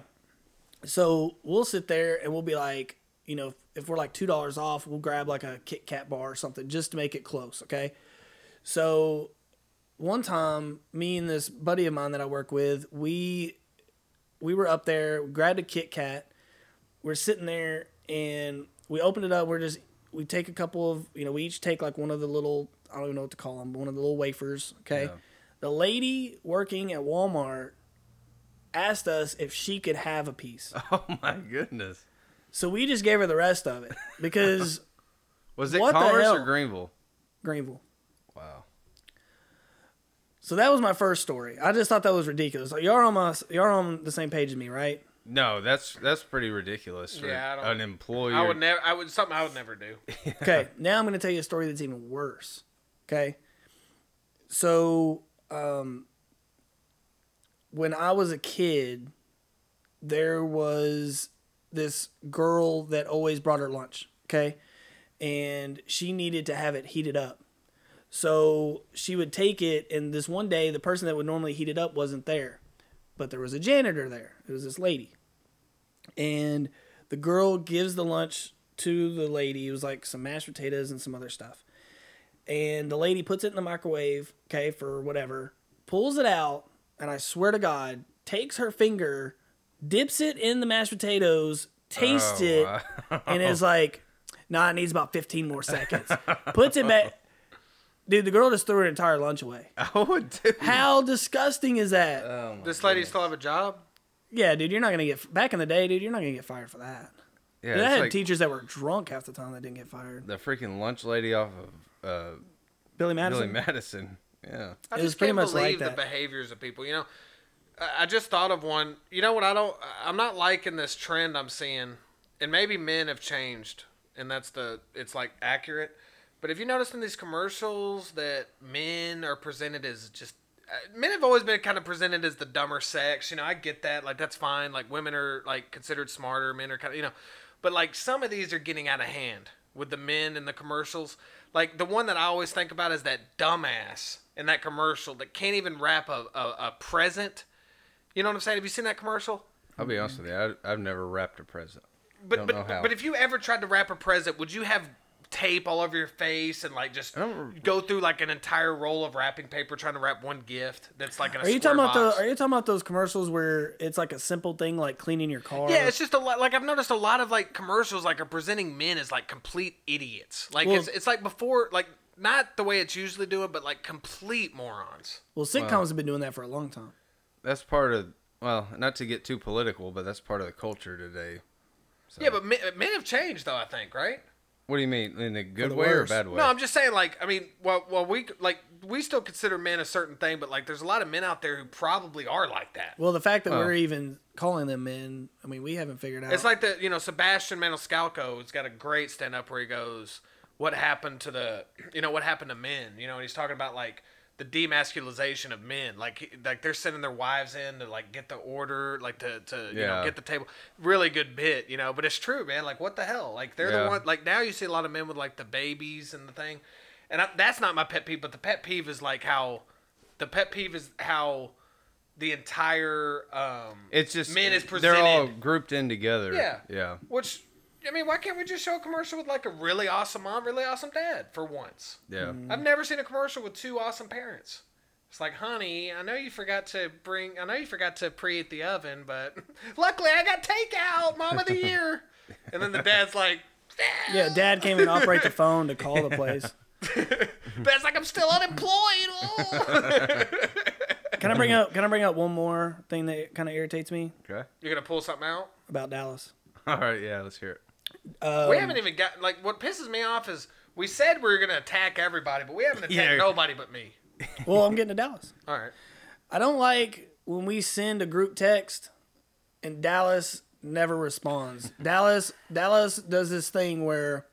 A: So we'll sit there and we'll be like, you know, if we're like two dollars off, we'll grab like a Kit Kat bar or something just to make it close. Okay. So one time, me and this buddy of mine that I work with, we we were up there, we grabbed a Kit Kat, we're sitting there and we open it up. We're just we take a couple of you know we each take like one of the little I don't even know what to call them, one of the little wafers. Okay. The lady working at Walmart asked us if she could have a piece.
C: Oh my goodness.
A: So we just gave her the rest of it because
C: Was it
A: What the
C: Commerce or
A: hell?
C: Greenville?
A: Greenville.
C: Wow.
A: So that was my first story. I just thought that was ridiculous. Like, y'all are on my, y'all are on the same page as me, right?
C: No, that's that's pretty ridiculous for
B: Yeah, I don't-
C: an employer.
B: I would never. I would something I would never do.
A: Okay. now I'm going to tell you a story that's even worse. Okay. So, um, when I was a kid, there was this girl that always brought her lunch. Okay. And she needed to have it heated up. So she would take it, and this one day, the person that would normally heat it up wasn't there, but there was a janitor there. It was this lady. and the girl gives the lunch to the lady. It was like some mashed potatoes and some other stuff. And the lady puts it in the microwave, okay, for whatever, pulls it out, and I swear to God, takes her finger, dips it in the mashed potatoes, tastes
C: Oh,
A: it,
C: wow.
A: and is like, nah, it needs about 15 more seconds. Puts it back. Dude, the girl just threw her entire lunch away.
C: I would do. Oh
A: How disgusting is that?
C: Uh.
B: This lady still have a job.
A: yeah, dude, you're not going to get, back in the day, dude, you're not going to get fired for that.
C: Yeah,
A: Dude, I
C: it's
A: had
C: like
A: teachers that were drunk half the time that didn't get fired.
C: the freaking lunch lady off of uh,
A: Billy Madison.
C: Billy Madison. Yeah.
B: I
A: It was
B: just
A: pretty
B: can't
A: much like
B: believe
A: that.
B: the behaviors of people. You know, I I just thought of one. You know what? I don't. I'm not liking this trend I'm seeing, and maybe men have changed, and that's the. It's like accurate, but if you notice in these commercials that men are presented as just. uh, Men have always been kind of presented as the dumber sex, you know. I get that, like that's fine. Like women are like considered smarter, men are kind of, you know, but like some of these are getting out of hand with the men in the commercials. Like the one that I always think about is that dumbass in that commercial that can't even wrap a, a, a present. You know what I'm saying? Have you seen that commercial?
C: I'll be honest with you. I, I've never wrapped a present.
B: But
C: Don't
B: but
C: know how.
B: but if you ever tried to wrap a present, would you have tape all over your face and like just
C: don't-
B: go through like an entire roll of wrapping paper trying to wrap one gift that's like in a
A: are you
B: square
A: talking about
B: box?
A: the? Are you talking about those commercials where it's like a simple thing like cleaning your car?
B: Yeah, it's just a lot. Like I've noticed a lot of like commercials like are presenting men as like complete idiots. Like
A: Well-
B: it's it's like before like not the way it's usually doing, but like complete morons.
A: well, sitcoms have been doing that for a long time.
C: That's part of. Well, not to get too political, but that's part of the culture today.
B: Yeah, but men, men have changed though. I think right.
C: What do you mean in a good
A: the
C: way
A: worse.
C: or a bad way?
B: No, I'm just saying. Like I mean, well, well, we like we still consider men a certain thing, but like there's a lot of men out there who probably are like that.
A: Well, the fact that
C: Well.
A: we're even calling them men, I mean, we haven't figured out.
B: It's like the you know Sebastian Maniscalco has got a great stand up where he goes, "What happened to the you know what happened to men?" You know, and he's talking about like the demasculization of men, like he- like they're sending their wives in to like get the order, like to to you
C: Yeah.
B: know get the table. Really good bit, you know, but it's true, man. Like what the hell? Like they're
C: Yeah.
B: the one. Like now you see a lot of men with like the babies and the thing, and I, that's not my pet peeve. But the pet peeve is like how the pet peeve is how. The entire um,
C: it's just
B: men is
C: they're all
B: presented
C: grouped in together.
B: yeah.
C: Yeah.
B: Which I mean, why can't we just show a commercial with like a really awesome mom, really awesome dad for once?
C: Yeah.
B: I've never seen a commercial with two awesome parents. It's like, honey, I know you forgot to bring, I know you forgot to preheat the oven, but luckily I got takeout, mom of the year. and then the dad's like,
A: yeah, Dad came and operate the phone to call the place.
B: dad's like, I'm still unemployed. Oh.
A: Can I bring up? Can I bring up one more thing that kind of irritates me
C: Okay.
B: You're gonna pull something out.
A: about Dallas?
C: All right. Yeah. Let's hear it.
B: we haven't even got like what pisses me off is we said we were gonna attack everybody, but we haven't attacked
C: Yeah.
B: nobody but me.
A: Well, I'm getting to Dallas.
B: All right.
A: I don't like when we send a group text and Dallas never responds. Dallas Dallas does this thing where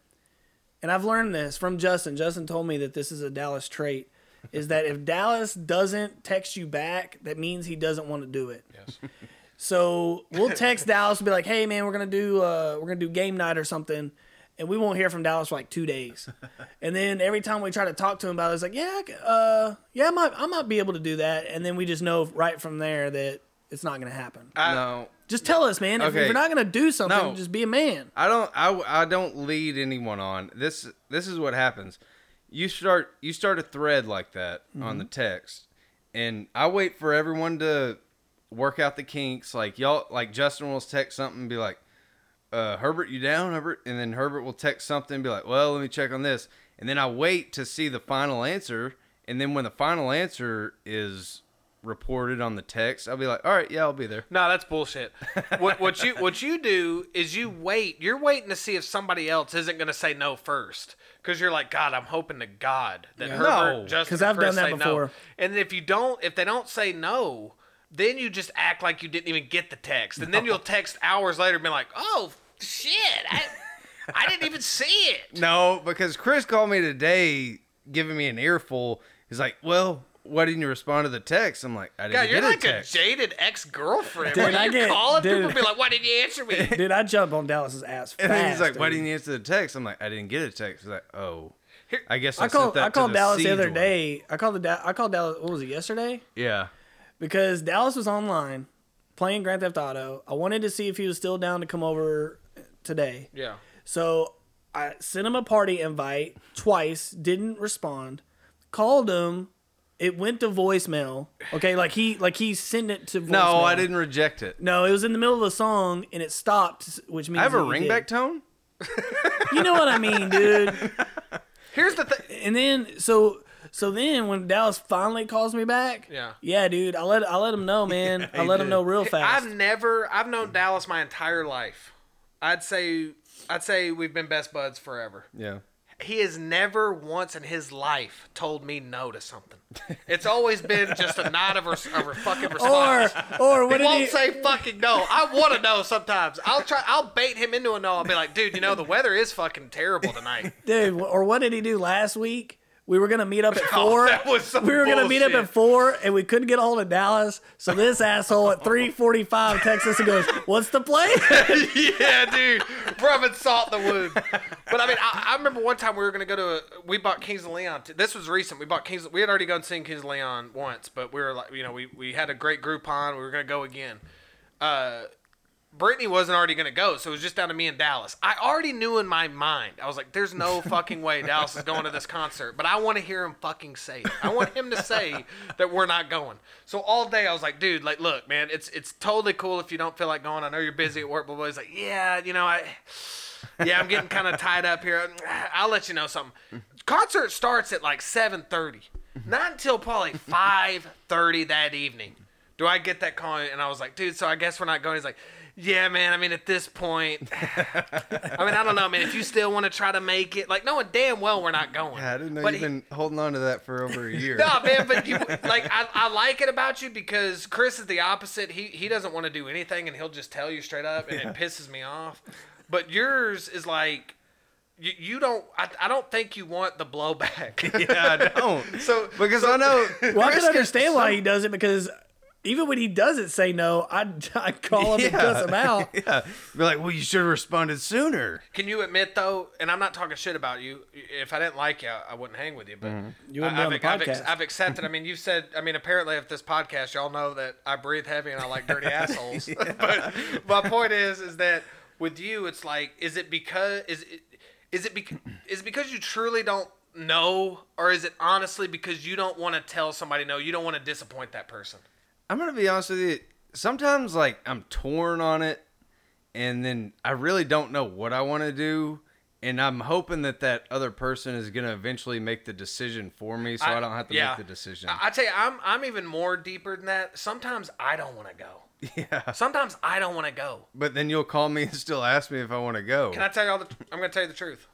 A: and I've learned this from Justin. Justin told me that this is a Dallas trait is that if Dallas doesn't text you back, that means he doesn't want to do it.
B: Yes.
A: So we'll text Dallas and be like, "Hey man, we're gonna do uh, we're gonna do game night or something," and we won't hear from Dallas for like two days. And then every time we try to talk to him about it, it's like, "Yeah, I c- uh, yeah, I might I might be able to do that," and then we just know right from there that it's not gonna happen.
C: no,
A: just tell us, man. If
C: Okay.
A: you're not gonna do something,
C: No.
A: just be a man.
C: I don't. I, I don't lead anyone on this. This is what happens. You start. You start a thread like that on the text, and I wait for everyone to work out the kinks. Like y'all, like Justin will text something and be like, uh, "Herbert, you down, Herbert?" And then Herbert will text something and be like, "Well, let me check on this." And then I wait to see the final answer. And then when the final answer is reported on the text, I'll be like, "All right, yeah, I'll be there."
B: No, that's bullshit. what, what you what you do is you wait. You're waiting to see if somebody else isn't going to say no first, because you're like, God, I'm hoping to God that
A: Yeah.
B: Herbert,
C: No.
B: Justin,
A: 'Cause
B: or
A: I've
B: Chris
A: done that
B: say
A: before.
B: No. And if you don't, if they don't say no, then you just act like you didn't even get the text, and then you'll text hours later, and be like, Oh shit, I I didn't even see it.
C: No, because Chris called me today, giving me an earful. He's like, "Well, why didn't you respond to the text?" I'm like, "I didn't
B: God, you're
C: get
B: like
C: a
B: a
C: text."
B: jaded ex girlfriend.
A: Dude,
B: When
A: I
B: you
A: get-
B: call it,
A: dude.
B: people be like, Why didn't you answer me?
A: Dude, I jump on Dallas's ass fast.
C: and then he's like, "Why
A: dude.
C: didn't you answer the text?" I'm like, "I didn't get a text." He's like, "Oh,
B: Here-
C: I guess I,
A: I called
C: sent that
A: I
C: to
A: called
C: the
A: Dallas the
C: seed
A: other
C: one."
A: day. I called the Da- I called Dallas. What was it yesterday?
C: Yeah,
A: because Dallas was online playing Grand Theft Auto. I wanted to see if he was still down to come over today.
B: Yeah.
A: So I sent him a party invite twice, didn't respond. Called him, it went to voicemail. Okay, like he like he sent it to voicemail.
C: no, I didn't reject it.
A: No, it was in the middle of the song and it stopped, which means
C: I have a
A: that he did.
C: ringback tone.
A: you know what I mean, dude.
B: Here's the thing.
A: and then so so then when Dallas finally calls me back,
B: Yeah.
A: yeah, dude, I let I let him know, man. I let him
C: did.
A: know real fast.
B: I've never I've known Dallas my entire life. I'd say I'd say we've been best buds forever.
C: Yeah,
B: He has never once in his life told me no to something. It's always been just a nod of a, of a fucking
A: or
B: response.
A: or what
B: he
A: did
B: won't
A: he?
B: say fucking no. I want to know sometimes. I'll try. I'll bait him into a no. I'll be like, dude, you know the weather is fucking terrible tonight.
A: dude, or what did he do last week? We were gonna meet up at
B: Oh,
A: four.
B: that was some
A: we were gonna meet up
B: bullshit.
A: at four, and we couldn't get a hold of Dallas. So this asshole at three forty-five texts us and goes, "What's the play?"
B: yeah, dude, rubbing salt in the wound. But I mean, I, I remember one time we were gonna go to a, we bought Kings of Leon. t- This was recent. We bought Kings. We had already gone seen Kings of Leon once, but we were like, you know, we we had a great Groupon. We were gonna go again. Uh, Brittany wasn't already gonna go, so it was just down to me and Dallas. I already knew in my mind. I was like, "There's no fucking way Dallas is going to this concert," but I want to hear him fucking say it. I want him to say that we're not going. So all day I was like, "Dude, like, look, man, it's it's totally cool if you don't feel like going. I know you're busy at work, blah blah." He's like, "Yeah, you know, I, yeah, I'm getting kind of tied up here. I'll let you know something. Concert starts at like 7:30, not until probably 5:30 that evening. Do I get that call? And I was like, dude, so I guess we're not going. He's like, yeah, man. I mean, at this point, I mean, I don't know, man. If you still want to try to make it, like, knowing damn well we're not going.
C: I didn't know
B: But
C: you've
B: he-
C: been holding on to that for over a year.
B: no, man, but you like I, I like it about you because Chris is the opposite. He he doesn't want to do anything and he'll just tell you straight up and it pisses me off. But yours is like you, you don't I, I don't think you want the blowback.
C: yeah, I don't.
B: so
C: Because I know.
A: Well, I can understand why he does it because even when he doesn't say no, I, I call him and
C: Yeah.
A: cuss him out.
C: Yeah, be like, well, you should have responded sooner.
B: can you admit though, and I'm not talking shit about you, if I didn't like you, I wouldn't hang with you, but
A: You wouldn't
B: I,
A: be
B: have
A: on the
B: I've, ex-
A: podcast.
B: I've accepted. I mean, you said. I mean, apparently, if this podcast, y'all know that I breathe heavy and I like dirty assholes. but my point is, is that with you, it's like, is it because is it is it because is it because you truly don't know, or is it honestly because you don't want to tell somebody no, you don't want to disappoint that person?
C: I'm gonna be honest with you. Sometimes like I'm torn on it, and then I really don't know what I want to do, and I'm hoping that that other person is gonna eventually make the decision for me, so I, don't have to
B: yeah.
C: make the decision.
B: I, I tell you, I'm I'm even more deeper than that. Sometimes I don't want to go. Yeah. Sometimes I don't want to go.
C: but then you'll call me and still ask me if I want to go.
B: Can I tell you all the? I'm gonna tell you the truth.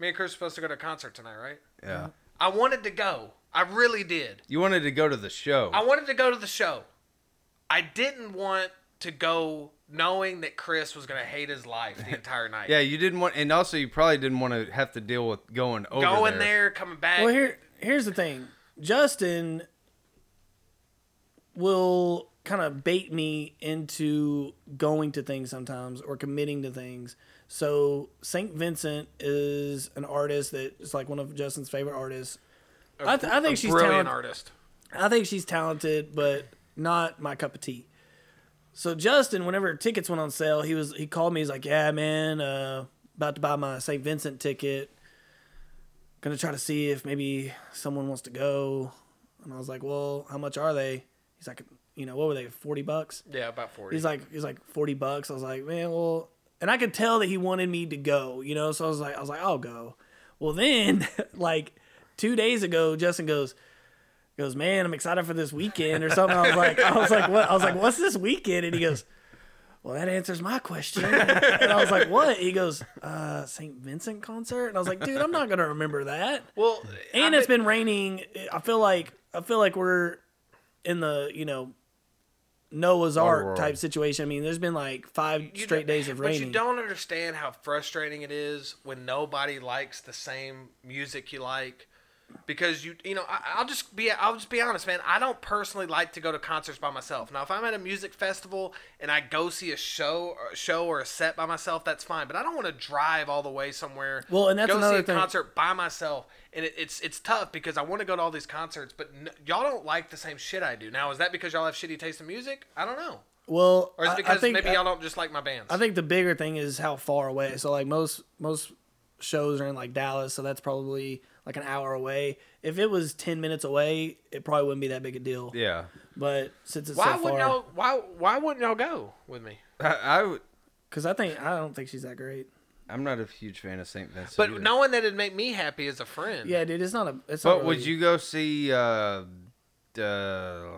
B: Me and Chris are supposed to go to a concert tonight, right?
C: yeah.
B: I wanted to go. I really did.
C: You wanted to go to the show.
B: I wanted to go to the show. I didn't want to go knowing that Chris was going to hate his life the entire night.
C: yeah, you didn't want, and also you probably didn't want to have to deal with going over
B: Going
C: there.
B: there, coming back.
A: Well, here here's the thing. Justin will kind of bait me into going to things sometimes or committing to things. So Saint Vincent is an artist that is like one of Justin's favorite artists. I, th- I think
B: a
A: she's
B: brilliant
A: talented.
B: artist.
A: I think she's talented, but not my cup of tea. So Justin, whenever tickets went on sale, he was he called me. He's like, "Yeah, man, uh, about to buy my St. Vincent ticket. Gonna try to see if maybe someone wants to go." And I was like, "Well, how much are they?" He's like, "You know, what were they? Forty bucks."
B: Yeah, about 40.
A: He's like, he's like forty bucks. I was like, man, well, and I could tell that he wanted me to go, you know. So I was like, I was like, I'll go. Well, then, like two days ago, Justin goes, goes, man, I'm excited for this weekend or something. I was like, I was like, what? I was like, what's this weekend? And he goes, well, that answers my question. And I was like, what? He goes, uh, St. Vincent concert. And I was like, dude, I'm not gonna remember that.
B: well,
A: And
B: I
A: it's
B: mean-
A: been raining. I feel like I feel like we're in the you know Noah's Ark
C: world.
A: type situation. I mean, there's been like five
B: you
A: straight
B: don't-
A: days of
B: But
A: raining.
B: you don't understand how frustrating it is when nobody likes the same music you like. Because you, you know, I, I'll just be, I'll just be honest, man. I don't personally like to go to concerts by myself. Now, if I'm at a music festival and I go see a show, or a show or a set by myself, that's fine. But I don't want to drive all the way somewhere.
A: Well, and that's
B: go
A: another
B: see a
A: thing.
B: concert by myself, and it, it's it's tough because I want to go to all these concerts, but n- y'all don't like the same shit I do. Now, is that because y'all have shitty taste in music? I don't know.
A: well,
B: Or is
A: I-
B: it because
A: I think,
B: maybe
A: I-
B: y'all don't just like my bands?
A: I think the bigger thing is how far away. So like most most shows are in like Dallas, so that's probably like an hour away. If it was ten minutes away, it probably wouldn't be that big a deal.
C: Yeah,
A: But since it's
B: Why
A: so
B: wouldn't
A: far,
B: y'all? Why why wouldn't y'all go with me?
C: I, I would.
A: because I think I don't think she's that great.
C: I'm not a huge fan of Saint Vincent.
B: But
C: either.
B: knowing that it'd make me happy as a friend.
A: Yeah, dude, it's not a. It's
C: But
A: not
C: would
A: really-
C: you go see? uh uh,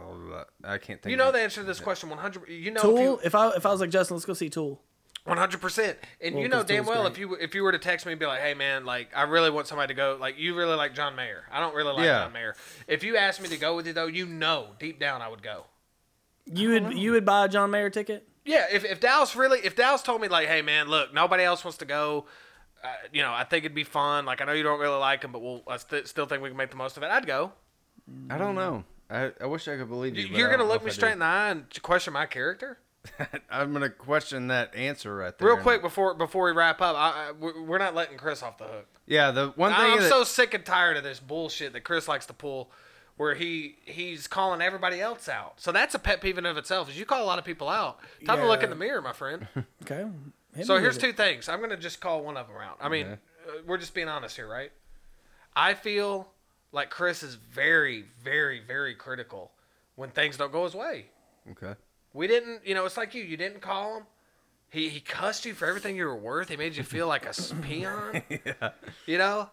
C: I can't think.
B: You know
C: of-
B: the answer to this question 100. You know
A: Tool? If I if I was like Justin, let's go see Tool.
B: 100. percent And
A: Well,
B: you know
A: 'cause
B: damn
A: Tool's
B: well
A: great.
B: if you if you were to text me and be like, hey man, like I really want somebody to go. Like you really like John Mayer. I don't really like
C: Yeah.
B: John Mayer. If you asked me to go with you though, you know deep down I would go.
A: You would you would buy a John Mayer ticket?
B: Yeah. If if Dallas really if Dallas told me like, hey man, look, nobody else wants to go. Uh, you know, I think it'd be fun. Like I know you don't really like him, but we'll I st- still think we can make the most of it. I'd go.
C: I don't know. I, I wish I could believe you. but
B: You're
C: I don't
B: gonna
C: know
B: look
C: if
B: me
C: I do.
B: straight in the eye and question my character.
C: I'm gonna question that answer right there.
B: Real quick before before we wrap up, I, I, we're we're not letting Chris off the hook.
C: Yeah, the one thing.
B: I'm
C: that,
B: so sick and tired of this bullshit that Chris likes to pull, where he he's calling everybody else out. So that's a pet peeve in and of itself. Is you call a lot of people out, time to look
A: Yeah.
B: in the mirror, my friend.
A: Okay. hit
B: so
A: me
B: here's
A: with it.
B: two things. I'm gonna just call one of them out. I mean, uh, we're just being honest here, right? I feel like Chris is very, very, very critical when things don't go his way.
C: okay.
B: We didn't, you know, it's like you. You didn't call him. He he cussed you for everything you were worth. He made you feel like a s- peon. You know,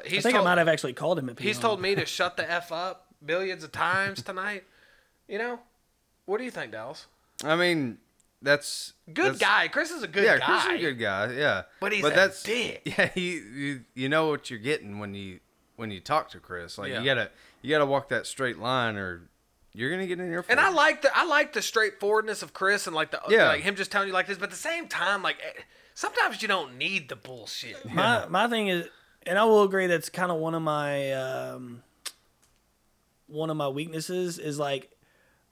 A: I
B: he's
A: think
B: told,
A: I might have actually called him a peon.
B: he's told me to shut the f up billions of times tonight. You know, what do you think, Dallas?
C: I mean, that's
B: Good
C: that's-
B: guy. Chris is a good
C: yeah,
B: guy.
C: Chris is a good guy. Yeah,
B: But he's a
C: that's,
B: dick.
C: Yeah, he, you you know what you're getting when you when you talk to Chris. Like
B: Yeah.
C: you gotta you gotta walk that straight line, or you're gonna get in your.
B: And I like the I like the straightforwardness of Chris and like the
C: Yeah.
B: like him just telling you like this. But at the same time, like eh, sometimes you don't need the bullshit.
A: My my thing is, and I will agree that's kind of one of my um, one of my weaknesses is like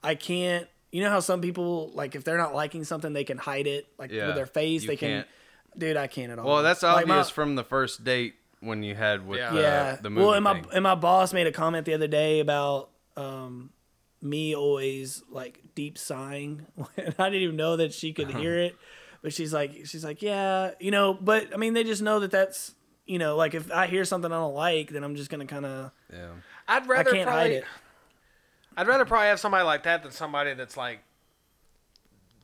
A: I can't. You know how some people like if they're not liking something they can hide it like
C: Yeah,
A: with their face
C: you
A: they
C: can't.
A: can. Dude, I can't at all.
C: Well, that's
A: Like,
C: obvious
A: my-
C: from the first date when you had with
B: Yeah.
C: The,
A: yeah.
C: uh, the movie.
A: well, and my
C: thing.
A: and my boss made a comment the other day about um, me always like deep sighing. and I didn't even know that she could hear
C: Uh-huh.
A: it, but she's like, she's like, yeah, you know. But I mean, they just know that that's you know, like if I hear something I don't like, then I'm just gonna kind of
C: yeah.
B: I'd
A: I
B: rather
A: can't
B: probably,
A: hide it.
B: I'd rather probably have somebody like that than somebody that's like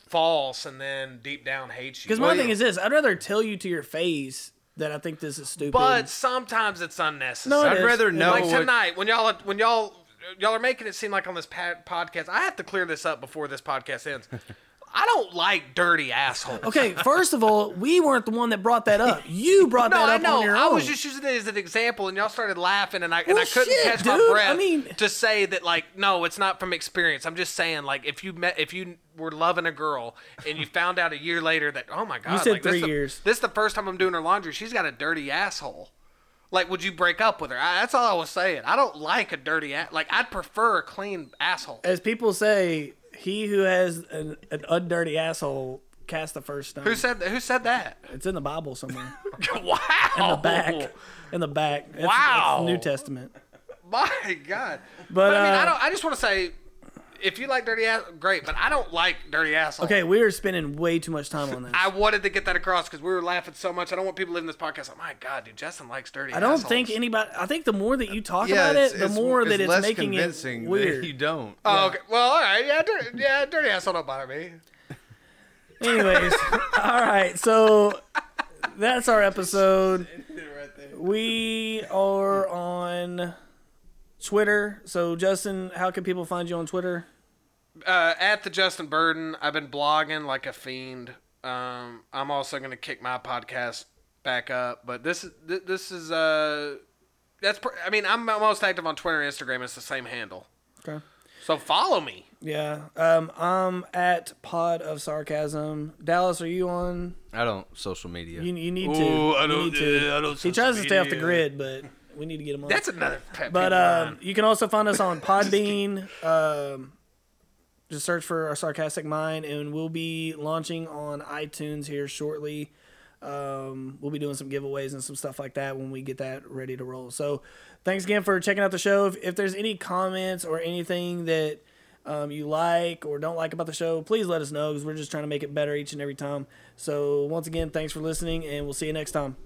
B: false and then deep down hates you.
A: Because my thing is this: I'd rather tell you to your face that I think this is stupid.
B: but sometimes it's
A: No,
B: unnecessary.
A: it
C: I'd
A: is.
C: rather
A: Like
C: know
B: like
C: what-
B: tonight when y'all when y'all y'all are making it seem like on this pa- podcast, I have to clear this up before this podcast ends. I don't like dirty assholes.
A: Okay, first of all, we weren't the one that brought that up. You brought
B: No,
A: that
B: I
A: up
B: know.
A: on your
B: I
A: own.
B: was just using it as an example, and y'all started laughing, and I and
A: Well,
B: I couldn't
A: shit,
B: catch
A: dude.
B: my
A: I
B: breath.
A: mean-
B: to say that like no, it's not from experience. I'm just saying like if you met if you were loving a girl and you found out a year later that oh my god,
A: said
B: like, this
A: three
B: the-
A: years.
B: This is the first time I'm doing her laundry. She's got a dirty asshole. Like, would you break up with her? I, that's all I was saying. I don't like a dirty ass. Like, I'd prefer a clean asshole.
A: As people say, he who has an, an undirty asshole cast the first stone.
B: Who said who said that?
A: it's in the Bible somewhere.
B: wow.
A: In the back. In the back. It's,
B: Wow.
A: It's New Testament.
B: My God.
A: But,
B: I mean,
A: uh,
B: I don't. I just want to say, if you like dirty ass, great. But I don't like dirty asshole.
A: Okay, we are spending way too much time on this.
B: I wanted to get that across because we were laughing so much. I don't want people living this podcast like, my God, dude, Justin likes dirty.
A: I don't
B: assholes."
A: think anybody. I think the more that you talk
C: Yeah,
A: about
C: it's-
A: it, the
C: it's-
A: more that it's
C: less
A: making
C: convincing
A: it
C: that
A: weird.
C: You don't.
B: Oh, okay. Well, all right. Yeah, dirty, yeah, dirty asshole don't bother me.
A: Anyways, all right. So that's our episode. We are on Twitter. So Justin, how can people find you on Twitter?
B: Uh, at the Justin Burden, I've been blogging like a fiend. Um, I'm also gonna kick my podcast back up, but this is th- this is uh, that's pr- I mean I'm most active on Twitter and Instagram. It's the same handle,
A: Okay.
B: so follow me.
A: Yeah. Um, I'm at Pod of Sarcasm. Dallas, are you on?
C: I don't social media.
A: You, you need to.
D: Ooh, I
A: You
D: don't-
A: need to.
D: uh, I don't
A: he tries to stay off the
D: social media.
A: grid, but we need to get him on.
B: That's another pet
A: But
B: peeve of
A: um,
B: mine.
A: you can also find us on Podbean. um, just search for our sarcastic mind, and we'll be launching on iTunes here shortly. Um, we'll be doing some giveaways and some stuff like that when we get that ready to roll. So, thanks again for checking out the show. If, if there's any comments or anything that um, you like or don't like about the show, please let us know because we're just trying to make it better each and every time. So, once again, thanks for listening, and we'll see you next time.